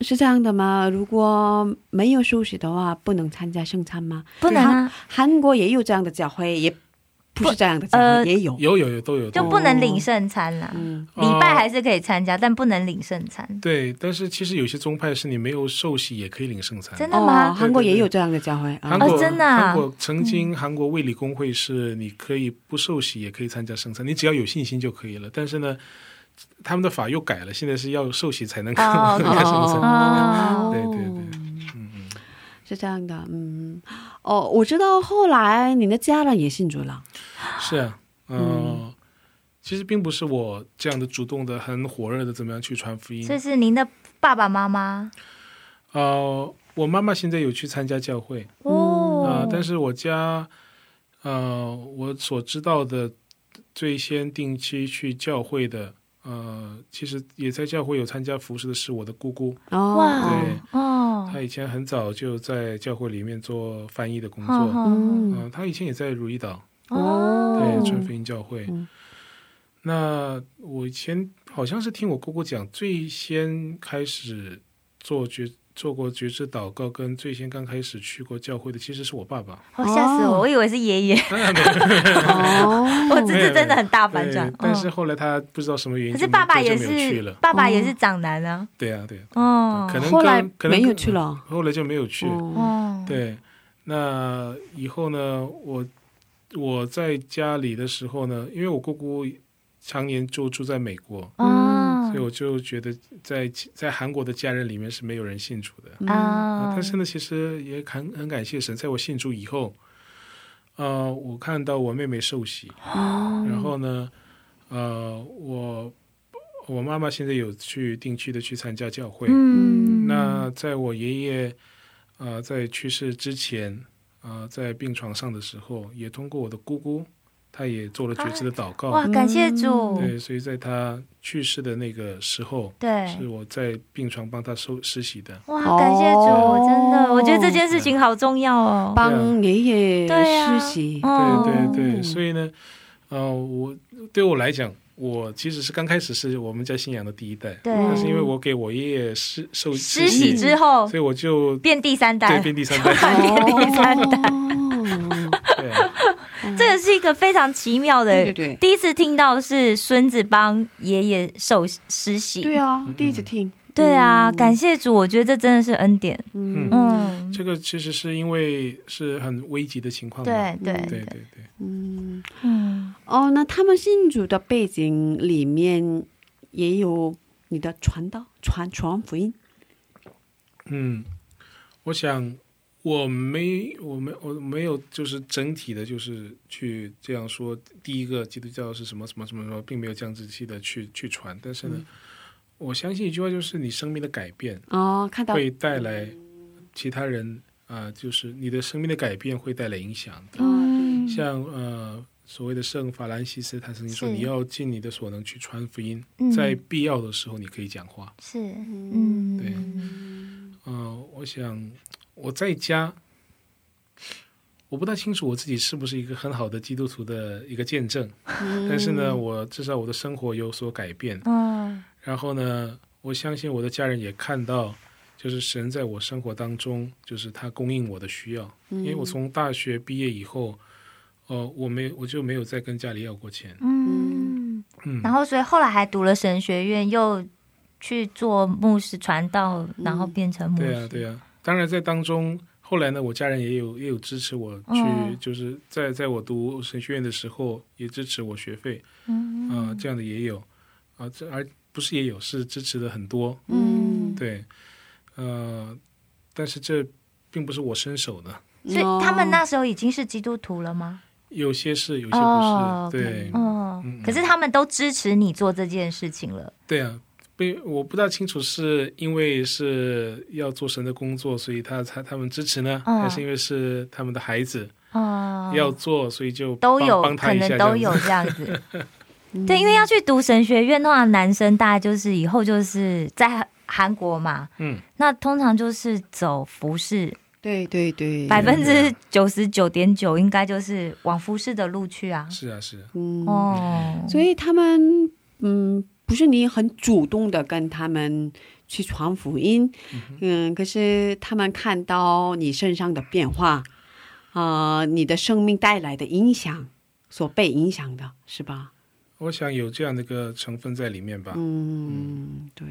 Speaker 2: 是这样的吗？如果没有休息的话，不能参加圣餐吗？
Speaker 3: 不能啊
Speaker 2: 韩，韩国也有这样的教会，也不是这样的教会，
Speaker 3: 呃
Speaker 2: 也有。
Speaker 7: 有有有都有，
Speaker 3: 就
Speaker 7: 都有
Speaker 3: 不能领圣餐啦。
Speaker 2: 嗯，
Speaker 7: 哦
Speaker 3: 礼拜还是可以参加，但不能领圣餐。
Speaker 7: 对，但是其实有些宗派是你没有受洗也可以领圣餐，
Speaker 3: 真的
Speaker 2: 哦，
Speaker 3: 吗？
Speaker 2: 韩国也有这样的教会啊
Speaker 7: 韩。国、
Speaker 3: 哦真的啊
Speaker 7: 韩国曾经韩国卫理公会是你可以不受洗也可以参加圣餐，你只要有信心就可以了。但是呢，他们的法又改了，现在是要受洗才能够
Speaker 3: 哦
Speaker 7: 参加圣餐。
Speaker 3: 哦
Speaker 7: 对对对，嗯嗯，
Speaker 2: 是这样的，嗯，哦，我知道后来你的家人也信主了，
Speaker 7: 是啊，嗯。其实并不是我这样的主动的、很火热的怎么样去传福音。
Speaker 3: 这是您的爸爸妈妈
Speaker 7: 呃，我妈妈现在有去参加教会，啊、
Speaker 1: 嗯
Speaker 3: 哦。
Speaker 7: 但是我家，呃，我所知道的最先定期去教会的，呃，其实也在教会有参加服饰的是我的姑姑，
Speaker 2: 哦，
Speaker 3: 哇
Speaker 7: 对，
Speaker 2: 啊
Speaker 3: 哦，
Speaker 7: 她以前很早就在教会里面做翻译的工作，
Speaker 3: 好
Speaker 7: 嗯、
Speaker 3: 好
Speaker 2: 嗯，
Speaker 7: 她以前也在如意岛，
Speaker 3: 哦，
Speaker 7: 对，传福音教会。
Speaker 2: 嗯
Speaker 7: 那我以前好像是听我姑姑讲，最先开始做觉做过觉知祷告，跟最先刚开始去过教会的，其实是我爸爸。
Speaker 3: 哦吓死我！
Speaker 2: 哦
Speaker 3: 我以为是爷爷，
Speaker 2: 哦，
Speaker 3: 我这次真的很大反
Speaker 7: 对
Speaker 3: 转。嗯，
Speaker 7: 但是后来他不知道什么原因，
Speaker 3: 可是爸爸
Speaker 7: 就
Speaker 3: 也
Speaker 7: 没有去
Speaker 3: 是
Speaker 7: 了。
Speaker 3: 爸爸也是长男啊。
Speaker 7: 对啊，对啊，
Speaker 3: 哦，
Speaker 7: 可能
Speaker 2: 后来
Speaker 7: 跟可能
Speaker 2: 没有
Speaker 7: 跟
Speaker 2: 去了，
Speaker 7: 后来就没有去。
Speaker 2: 哦，
Speaker 3: 哦，
Speaker 7: 对，那以后呢，我我在家里的时候呢，因为我姑姑常年就住在美国，
Speaker 3: 哦
Speaker 7: 所以我就觉得在在韩国的家人里面是没有人信主的。
Speaker 2: 嗯
Speaker 3: 啊，
Speaker 7: 但是呢，其实也很很感谢神，在我信主以后，呃，我看到我妹妹受洗，
Speaker 3: 嗯
Speaker 7: 然后呢，呃，我我妈妈现在有去定期的去参加教会。
Speaker 3: 嗯，
Speaker 7: 那在我爷爷呃在去世之前，呃，在病床上的时候，也通过我的姑姑，她也做了觉知的祷告。
Speaker 3: 哇，感谢主，
Speaker 7: 对，所以在她去世的那个时候，
Speaker 3: 对
Speaker 7: 是我在病床帮她收施洗的。
Speaker 3: 哇，
Speaker 2: 哦
Speaker 3: 感谢主，真
Speaker 7: 哦
Speaker 3: 的，我觉得这件事情好重要哦。
Speaker 2: 帮爷爷
Speaker 3: 对啊
Speaker 2: 实习，
Speaker 3: 哦
Speaker 7: 对对对，所以呢，呃，我对我来讲，我其实是刚开始是我们家信仰的第一代，
Speaker 3: 对
Speaker 7: 但是因为我给我爷爷施受
Speaker 3: 施洗
Speaker 7: 洗
Speaker 3: 之后
Speaker 7: 所以我就
Speaker 3: 变第三代
Speaker 7: 对，变第三代，
Speaker 3: 变第三代，
Speaker 7: 对，
Speaker 3: 这个是一个非常奇妙的。
Speaker 2: 哦对对对
Speaker 3: 第一次听到是孙子帮爷爷受施洗，
Speaker 2: 对啊，第一次听，
Speaker 3: 对啊，感谢主，我觉得这真的是恩典。
Speaker 2: 嗯
Speaker 7: 嗯
Speaker 3: 嗯，
Speaker 7: 这个其实是因为是很危急的情况嘛，
Speaker 3: 对对
Speaker 7: 对对
Speaker 3: 对，
Speaker 7: 对。
Speaker 2: 嗯，
Speaker 3: 嗯，
Speaker 2: 哦，那他们信主的背景里面也有你的传道、传传福音，
Speaker 7: 嗯，我想我没我没我没有就是整体的，就是去这样说。第一个基督教是什么什么什么什么，并没有这样仔细的去去传。但是呢，
Speaker 3: 嗯
Speaker 7: 我相信一句话，就是你生命的改变
Speaker 2: 哦，看到，
Speaker 7: 会带来其他人啊、就是你的生命的改变会带来影响的。
Speaker 2: 嗯，
Speaker 7: 像呃所谓的圣法兰西斯，他曾经说，
Speaker 3: 是
Speaker 7: 你要尽你的所能去传福音，
Speaker 3: 嗯
Speaker 7: 在必要的时候你可以讲话。
Speaker 3: 是，嗯，
Speaker 7: 对嗯，我想我在家，我不太清楚我自己是不是一个很好的基督徒的一个见证，但是呢，我至少我的生活有所改变。
Speaker 3: 嗯，
Speaker 7: 然后呢，我相信我的家人也看到，就是神在我生活当中，就是他供应我的需要。因为我从大学毕业以后，呃，我没我就没有再跟家里要过钱。
Speaker 3: 嗯，
Speaker 7: 嗯，
Speaker 3: 然后所以后来还读了神学院，又
Speaker 7: 嗯
Speaker 3: 去做牧师传道，然后变成牧师。
Speaker 7: 啊对呀、对呀、当然在当中后来呢，我家人也有也有支持我去，
Speaker 3: 哦
Speaker 7: 就是在在我读神学院的时候也支持我学费，
Speaker 3: 嗯
Speaker 7: 啊、这样的也有，啊、这而不是也有是支持的很多，
Speaker 2: 嗯，
Speaker 7: 对，呃，但是这并不是我伸手的，
Speaker 3: 所以他
Speaker 2: 哦
Speaker 3: 们那时候已经是基督徒了吗？
Speaker 7: 有些是，有些不是，
Speaker 3: 哦
Speaker 7: 对，
Speaker 3: 哦
Speaker 7: 嗯嗯，
Speaker 3: 可是他们都支持你做这件事情了。
Speaker 7: 对啊，被我不大清楚是因为是要做神的工作，所以他他他们支持呢，
Speaker 3: 嗯
Speaker 7: 还是因为是他们的孩子、
Speaker 3: 哦，
Speaker 7: 要做，所以就
Speaker 3: 都
Speaker 7: 帮
Speaker 3: 有
Speaker 7: 帮
Speaker 3: 可
Speaker 7: 他一下
Speaker 3: 能都有
Speaker 7: 这样
Speaker 3: 这样子。 对，因为要去读神学院的话，男生大概就是以后就是在韩国嘛，
Speaker 7: 子，嗯，
Speaker 3: 那通常就是走服饰，
Speaker 2: 对对对，
Speaker 3: 百分
Speaker 7: 啊
Speaker 3: 之九十九点九应该就是往服饰的路去啊。
Speaker 7: 是啊是啊，
Speaker 2: 嗯，
Speaker 3: 哦，
Speaker 2: 所以他们嗯，不是你很主动的跟他们去传福音，嗯，可是他们看到你身上的变化，啊，你的生命带来的影响，所被影响的是吧？
Speaker 7: 我想有这样的一个成分在里面吧，
Speaker 2: 嗯，对。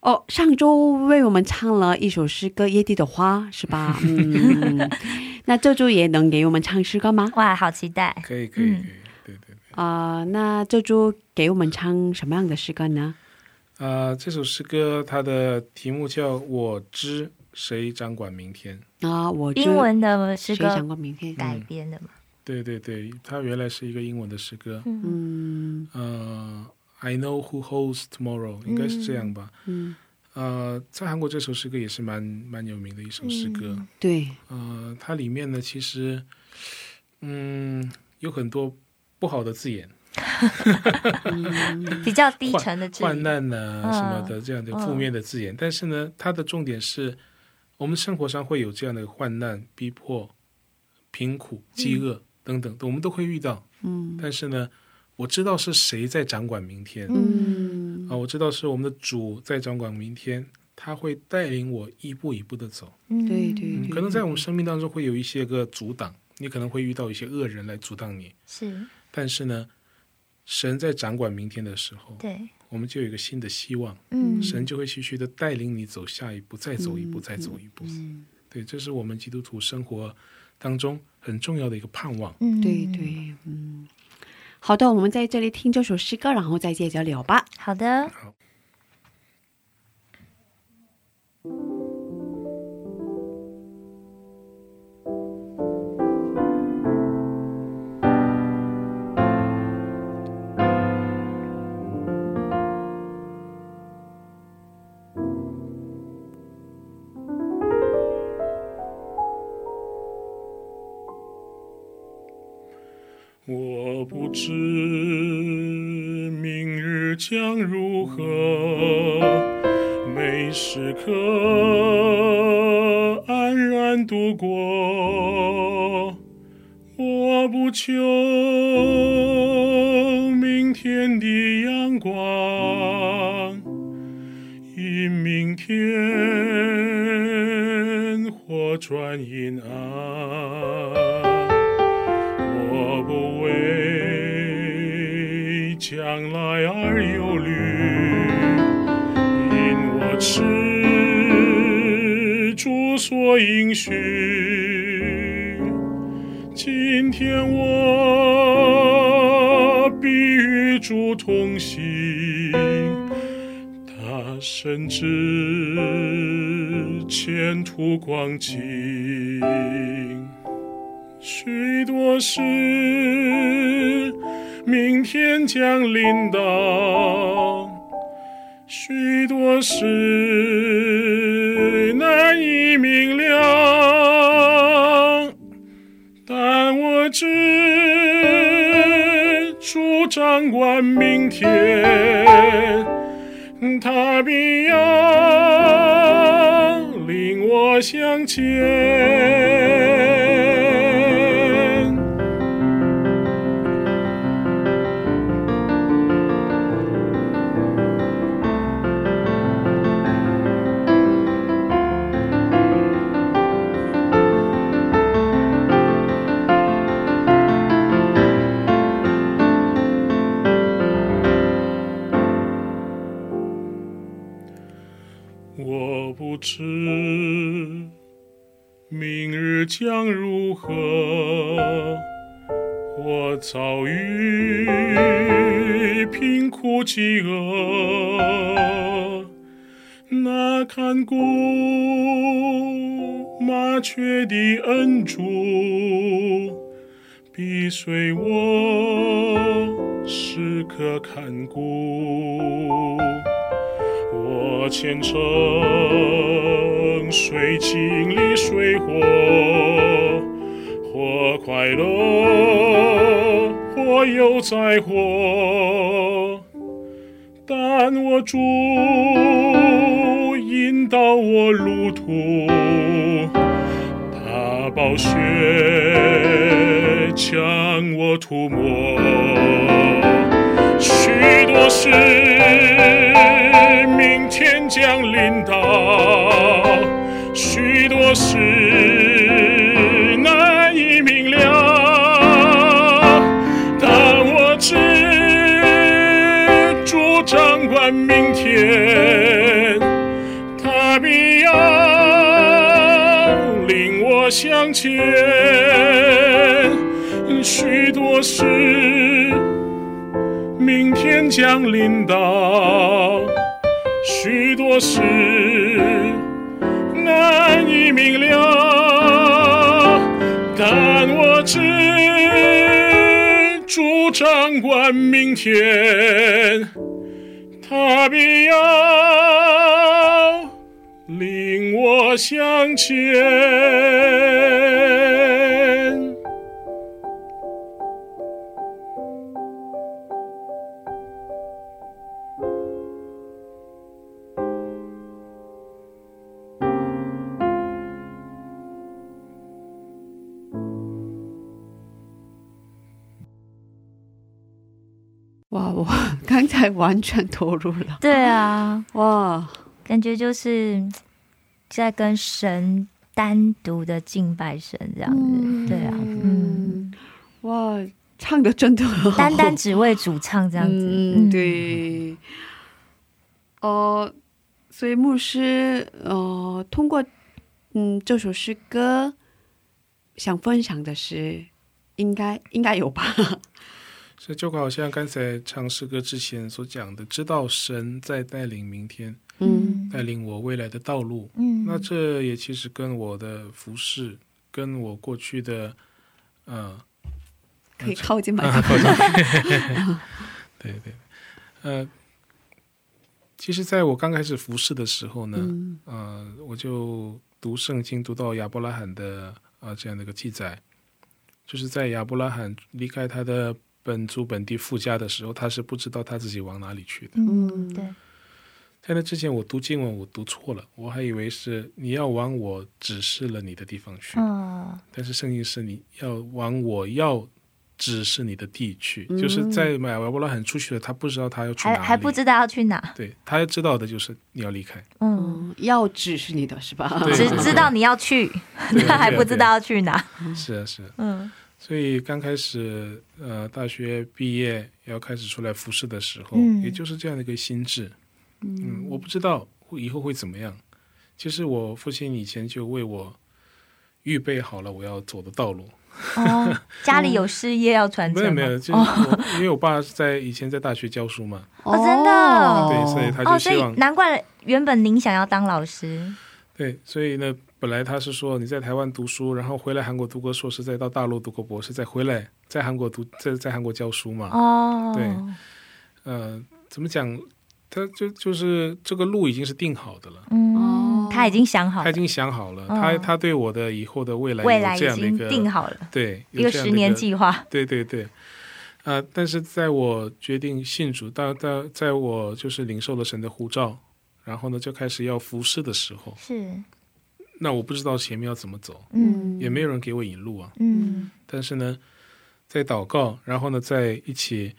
Speaker 2: 哦，上周为我们唱了一首诗歌《野地的花》，是吧？ 嗯，那这周也能给我们唱诗歌吗？
Speaker 3: 哇，好期待！
Speaker 7: 可以可以可
Speaker 3: 嗯
Speaker 7: 以，对对对，
Speaker 2: 啊、那这周给我们唱什么样的诗歌呢？
Speaker 7: 啊、这首诗歌它的题目叫《我知谁掌管明天》。
Speaker 2: 啊、我
Speaker 3: 英
Speaker 2: 就
Speaker 3: 文的诗
Speaker 2: 谁
Speaker 3: 歌
Speaker 2: 想过明天？
Speaker 7: 嗯
Speaker 3: 改编的嘛，
Speaker 7: 对对对，它原来是一个英文的诗歌，
Speaker 2: 嗯
Speaker 7: 呃，I know who holds tomorrow，应该是这样吧。
Speaker 2: 嗯，
Speaker 7: 呃，在韩国这首诗歌也是蛮蛮有名的一首诗歌。
Speaker 2: 对，
Speaker 3: 嗯
Speaker 7: 呃，它里面呢，其实，嗯，有很多不好的字眼，
Speaker 3: 比较低沉的字
Speaker 7: 患
Speaker 3: 语。
Speaker 7: 难呐、
Speaker 3: 嗯
Speaker 7: 什么的这样的
Speaker 3: 嗯
Speaker 7: 负面的字眼。但是呢，它的重点是，我们生活上会有这样的患难、逼迫、贫苦、饥饿等等，我们都会遇到。
Speaker 2: 嗯
Speaker 7: 但是呢，我知道是谁在掌管明天。
Speaker 2: 嗯
Speaker 7: 啊，我知道是我们的主在掌管明天，他会带领我一步一步的走。
Speaker 3: 嗯
Speaker 2: 对对
Speaker 7: 嗯，可能在我们生命当中会有一些个阻挡，你可能会遇到一些恶人来阻挡你，
Speaker 3: 是，
Speaker 7: 但是呢，神在掌管明天的时候，
Speaker 3: 对，
Speaker 7: 我们就有一个新的希望，
Speaker 3: 嗯，
Speaker 7: 神就会继续的带领你走下一步，再走一步，再走一
Speaker 8: 嗯
Speaker 7: 步。对，这是我们基督徒生活当中很重要的一个盼望。
Speaker 3: 嗯
Speaker 2: 对，对，嗯。好的，我们在这里听这首诗歌，然后再接着聊吧。
Speaker 3: 好的，
Speaker 8: 我不知明日将如何，每时刻安然度过。我不求明天的阳光，因明天或转阴暗。我不为将来而忧虑，因我知主所应许。今天我必与主同行，他深知前途光景。许多事明天将临到，许多事难以明了，但我知主掌管明天，他必要领我向前。我不知将如何？我遭遇贫苦饥饿，那看顾麻雀的恩主，必随我时刻看顾。我虔诚水经历水火，或快乐，或有灾祸。但我主引导我路途，他暴雪将我涂抹。许多事明天将临到，许多事难以明了。但我知主掌管明天，他必要领我向前。许多事明天将临到，许多事难以明了，但我知主掌管明天，他必要领我向前。
Speaker 2: 哇，我刚才完全投入了。
Speaker 3: 对啊，
Speaker 2: 哇，
Speaker 3: 感觉就是嗯在跟神单独的敬拜神这样子。对啊，嗯，
Speaker 2: 嗯，哇，唱的真的很好。
Speaker 3: 单单只为主唱这样子。
Speaker 2: 嗯，，对。哦，所以牧师，呃，通过嗯这首诗歌，想分享的是，应该应该有吧？
Speaker 7: 是就好像刚才唱诗歌之前所讲的，知道神在带领明天，
Speaker 2: 嗯
Speaker 7: 带领我未来的道路。
Speaker 3: 嗯
Speaker 7: 那这也其实跟我的服饰，跟我过去的，呃，
Speaker 2: 可以靠近麦克
Speaker 7: 啊，
Speaker 2: 风。
Speaker 7: 抱歉对对，呃，其实在我刚开始服侍的时候呢，
Speaker 2: 嗯
Speaker 7: 呃，我就读圣经，读到亚伯拉罕的啊、呃这样的一个记载，就是在亚伯拉罕离开他的本族本地父家的时候，他是不知道他自己往哪里去的。
Speaker 3: 嗯，对，
Speaker 7: 在那之前，我读经文我读错了，我还以为是你要往我指示了你的地方去，
Speaker 3: 嗯
Speaker 7: 但是圣经是你要往我要指示你的地去，就是在买亚伯拉罕出去了，他不知道他要去哪
Speaker 3: 嗯还
Speaker 7: 里，
Speaker 3: 还不知道要去哪，
Speaker 7: 对他要知道的就是你要 离开，
Speaker 3: 嗯，
Speaker 2: 嗯，要指是你的是吧？
Speaker 7: 对
Speaker 3: 只
Speaker 7: 对
Speaker 3: 知道你要去，
Speaker 7: 对
Speaker 3: 但还不知道，要去哪，
Speaker 7: 对啊对啊是啊是啊，
Speaker 3: 嗯
Speaker 7: 所以刚开始呃大学毕业要开始出来服侍的时候，
Speaker 3: 嗯
Speaker 7: 也就是这样的一个心智，嗯，我不知道会以后会怎么样，其实我父亲以前就为我预备好了我要走的道路，
Speaker 3: 哦， 家里有事业要传
Speaker 7: 没有
Speaker 3: 承啊
Speaker 7: 没
Speaker 3: 吗，
Speaker 7: 有，就是我、因为我爸是在以前在大学教书嘛，
Speaker 3: 哦真的哦
Speaker 7: 对，所以他就
Speaker 3: 哦，所
Speaker 7: 希
Speaker 3: 以
Speaker 7: 望、
Speaker 3: 难怪原本您想要当老师，
Speaker 7: 对，所以呢，本来他是说你在台湾读书，然后回来韩国读过硕士，再到大陆读过博士，再回来在韩国读在在韩国教书嘛。
Speaker 3: 哦，
Speaker 7: 对呃，怎么讲？他就就是这个路已经是定好的了，哦
Speaker 3: 嗯，他已经想好
Speaker 7: 他
Speaker 3: 了，
Speaker 7: 已经想好了，
Speaker 3: 哦
Speaker 7: 他他对我的以后的未来
Speaker 3: 未
Speaker 7: 有
Speaker 3: 来已
Speaker 7: 这样的一
Speaker 3: 经
Speaker 7: 个
Speaker 3: 定好了，
Speaker 7: 对有
Speaker 3: 一个
Speaker 7: 这样
Speaker 3: 十
Speaker 7: 的
Speaker 3: 年计划，
Speaker 7: 对对对，啊，但是在我决定信主，到到在我就是领受了神的护照，然后呢就开始要服侍的时候，
Speaker 3: 是，
Speaker 7: 那我不知道前面要怎么走，
Speaker 3: 嗯
Speaker 7: 也没有人给我引路啊。
Speaker 3: 嗯
Speaker 7: 但是呢，在祷告，然后呢在一起，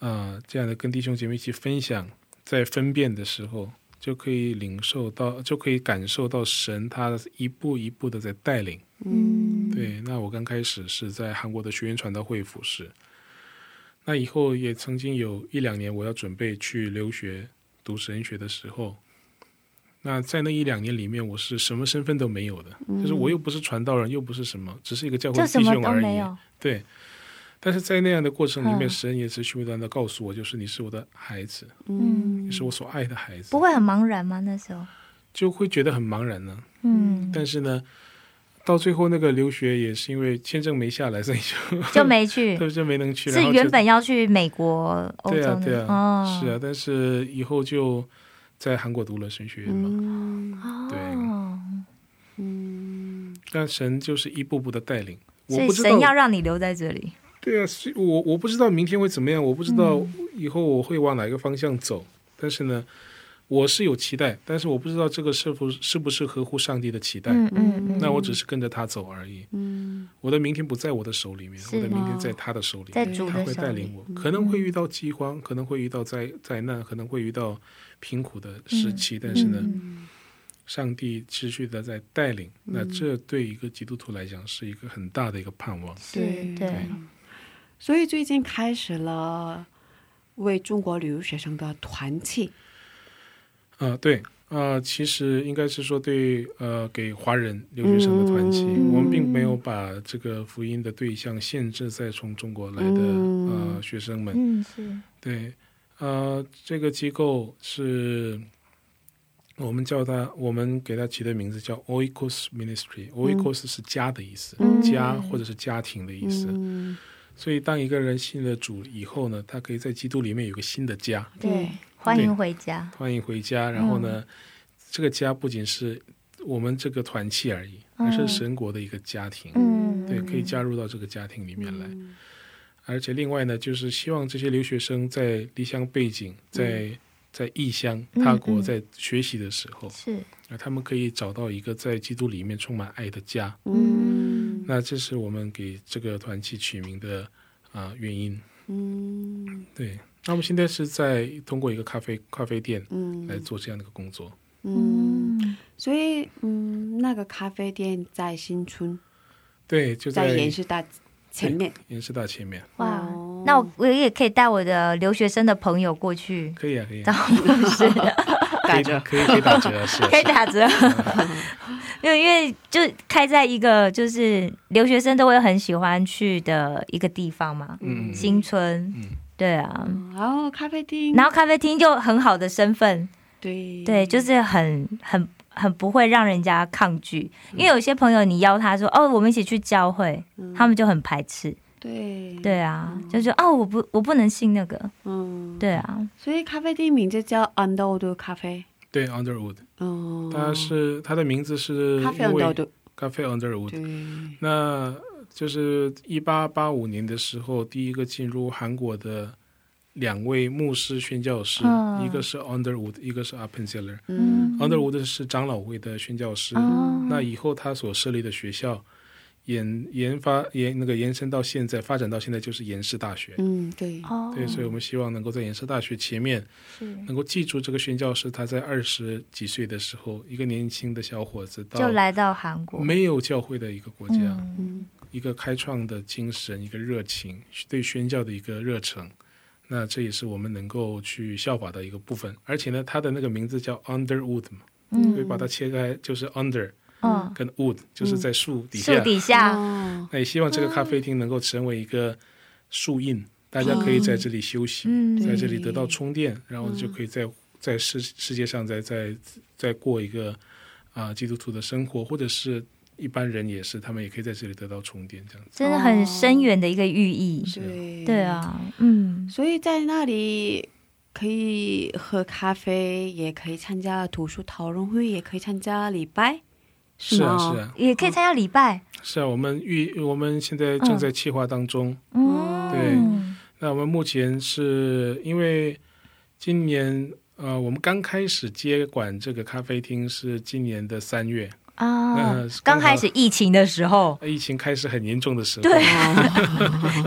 Speaker 7: 啊，这样的跟弟兄姐妹一起分享，在分辨的时候。就可以领受到，就可以感受到神他一步一步的在带领。
Speaker 3: 嗯，
Speaker 7: 对，那我刚开始是在韩国的学员传道会服侍，那以后也曾经有一两年我要准备去留学读神学的时候，那在那一两年里面，我是什么身份都没有的，就是我又不是传道人，又不是什么，只是一个教会
Speaker 3: 就
Speaker 7: 的
Speaker 3: 什
Speaker 7: 弟
Speaker 3: 么
Speaker 7: 兄
Speaker 3: 都
Speaker 7: 而
Speaker 3: 没
Speaker 7: 已。啊
Speaker 3: 有。
Speaker 7: 对，但是在那样的过程里面，
Speaker 3: 嗯
Speaker 7: 神也持续不断的告诉我，就是你是我的孩子，
Speaker 3: 嗯
Speaker 7: 你，是我所爱的孩子
Speaker 3: 不，会很茫然吗？那时候，
Speaker 7: 就会觉得很茫然呢、
Speaker 3: 嗯，
Speaker 7: 但是呢，到最后那个留学也是因为签证没下来，所以就
Speaker 3: 就 没去，
Speaker 7: 就就没能去。然
Speaker 3: 是
Speaker 7: 后就
Speaker 3: 原本要去美国、欧
Speaker 7: 对
Speaker 3: 洲
Speaker 7: 啊
Speaker 3: 那
Speaker 7: 对
Speaker 3: 种
Speaker 7: 啊、
Speaker 3: 哦
Speaker 7: 是啊，但是以后就在韩国读了神学院嘛。
Speaker 2: 嗯
Speaker 7: 对
Speaker 3: 哦，
Speaker 2: 嗯
Speaker 7: 但神就是一步步的带领。我
Speaker 3: 所以
Speaker 7: 不知道
Speaker 3: 神，要让你留在这里，
Speaker 7: 对啊，所以我我不知道明天会怎么样，我不知
Speaker 3: 嗯
Speaker 7: 道以后我会往哪个方向走。但是呢，我是有期待，但是我不知道这个是否是不是合乎上帝的期待。
Speaker 3: 嗯嗯嗯，
Speaker 7: 那我只是跟着他走而已。
Speaker 2: 嗯
Speaker 7: 我的明天不在我的手里面，
Speaker 3: 是
Speaker 7: 我的明天在他的手里，
Speaker 3: 在
Speaker 7: 对
Speaker 3: 主
Speaker 7: 他
Speaker 3: 的
Speaker 7: 会
Speaker 3: 手
Speaker 7: 带
Speaker 3: 里嗯
Speaker 7: 领我。可能会遇到饥荒，可能会遇到灾灾难，可能会遇到贫苦的
Speaker 3: 嗯
Speaker 7: 时期，但嗯是呢，上帝持续的在带领。
Speaker 3: 嗯
Speaker 7: 那这对一个基督徒来讲是一个很大的一个盼望。
Speaker 3: 是对，
Speaker 2: 所以最近开始了为中国留学生的团契，
Speaker 7: 啊、对，啊、其实应该是说对，呃，给华人留学生的团体，我们并没有把这个福音的对象限制在从中国来的、
Speaker 2: 嗯
Speaker 7: 呃学生们。
Speaker 3: 嗯是，
Speaker 7: 对，呃，这个机构是我们叫它，我们给它起的名字叫 Oikos Ministry。Oikos 是家的意思，家或者是家庭的意思。
Speaker 2: 嗯，
Speaker 7: 所以，当一个人信了主以后呢，他可以在基督里面有个新的家，
Speaker 3: 对，欢迎回家，
Speaker 7: 欢迎回家。然后
Speaker 3: 嗯
Speaker 7: 呢，这个家不仅是我们这个团契而已，而是神国的一个家庭。
Speaker 3: 嗯，
Speaker 7: 对，可以加入到这个家庭里面来。而且另外呢，就是希望这些留学生在离乡背景，
Speaker 3: 嗯
Speaker 7: 在、在异乡他国在学习的时候，
Speaker 3: 是，
Speaker 7: 那、他们可以找到一个在基督里面充满爱的家。
Speaker 3: 嗯
Speaker 7: 那这是我们给这个团体取名的啊、原因。嗯，对。那我们现在是在通过一个咖啡咖啡店
Speaker 2: 嗯
Speaker 7: 来做这样的一个工作。
Speaker 3: 嗯，
Speaker 2: 所以嗯，那个咖啡店在新村，
Speaker 7: 对，就
Speaker 2: 在
Speaker 7: 在
Speaker 2: 延世大前面，
Speaker 7: 延世大前面，
Speaker 3: 哇
Speaker 2: 哦，
Speaker 3: 那我我也可以带我的留学生的朋友过 去，
Speaker 7: 可以啊，可以
Speaker 3: 到
Speaker 7: 啊，
Speaker 3: 不是
Speaker 7: 可以可以可以打折 啊，是啊
Speaker 3: 可以
Speaker 7: 是啊
Speaker 3: 打 折，因为因为就开在一个就是留学生都会很喜欢去的一个地方嘛，
Speaker 7: 嗯，嗯
Speaker 3: 新村，
Speaker 7: 嗯
Speaker 3: 对啊，
Speaker 2: 然后咖啡厅，
Speaker 3: 然后咖啡厅就很好的身份，
Speaker 2: 对
Speaker 3: 对，就是很很很不会让人家抗拒，因为有些朋友你邀他说哦，我们一起去教会，他们就很排斥，
Speaker 2: 对，
Speaker 3: 对啊，就说哦，我不我不能信那个，
Speaker 2: 嗯，
Speaker 3: 对啊，
Speaker 2: 所以咖啡店名字叫 Underwood 咖啡，
Speaker 7: 对 Underwood，
Speaker 2: 嗯，
Speaker 7: 它是它的名字是
Speaker 2: 咖啡
Speaker 7: 因为
Speaker 2: Underwood，
Speaker 7: 咖啡 Underwood，
Speaker 2: 对，
Speaker 7: 那就是一八八五年的时候，第一个进入韩国的两位牧师宣教师，
Speaker 3: 嗯
Speaker 7: 一个是 Underwood，一个是 Appenzeller。
Speaker 2: 嗯，
Speaker 7: Underwood 是长老会的宣教师，
Speaker 3: 哦
Speaker 7: 那以后他所设立的学校。研研发研那个延伸到现在，发展到现在就是延世大学。
Speaker 2: 嗯，对，
Speaker 3: 哦，
Speaker 7: 对，所以我们希望能够在延世大学前面，能够记住这个宣教师他在二十几岁的时候，一个年轻的小伙子到
Speaker 3: 就来到韩国，
Speaker 7: 没有教会的一个国家，
Speaker 3: 嗯
Speaker 7: 一个开创的精神，一个热情，对宣教的一个热忱。那这也是我们能够去效法的一个部分。而且呢，它的那个名字叫 Underwood 嘛，
Speaker 3: 嗯
Speaker 7: 所以把它切开就是 under
Speaker 3: 嗯，
Speaker 7: 跟 wood，就是在树底下。
Speaker 3: 树底下，
Speaker 2: 哦，
Speaker 7: 那也希望这个咖啡厅能够成为一个树荫，大家可以在这里休息，
Speaker 3: 嗯
Speaker 7: 在这里得到充电，然后就可以在在世世界上再再再过一个啊、基督徒的生活，或者是一般人也是，他们也可以在这里得到充电，这样子。
Speaker 3: 真的很深远的一个寓意，
Speaker 2: 对，
Speaker 3: 对，啊，嗯，
Speaker 2: 所以在那里。可以喝咖啡，也可以参加读书讨论会，也可以参加礼拜，
Speaker 7: 是啊，
Speaker 2: 吗
Speaker 7: 是啊，
Speaker 3: 也可以参加礼拜，
Speaker 7: 是啊，我们预我们现在正在计划当中。
Speaker 3: 嗯，
Speaker 7: 那我们目前是因为今年呃，我们刚开始接管这个咖啡厅是今年的三月，
Speaker 3: 啊
Speaker 7: 那是，刚
Speaker 3: 刚
Speaker 7: 好
Speaker 3: 开始疫情的时 候，
Speaker 7: 疫情开始很严重的时候。
Speaker 3: 对，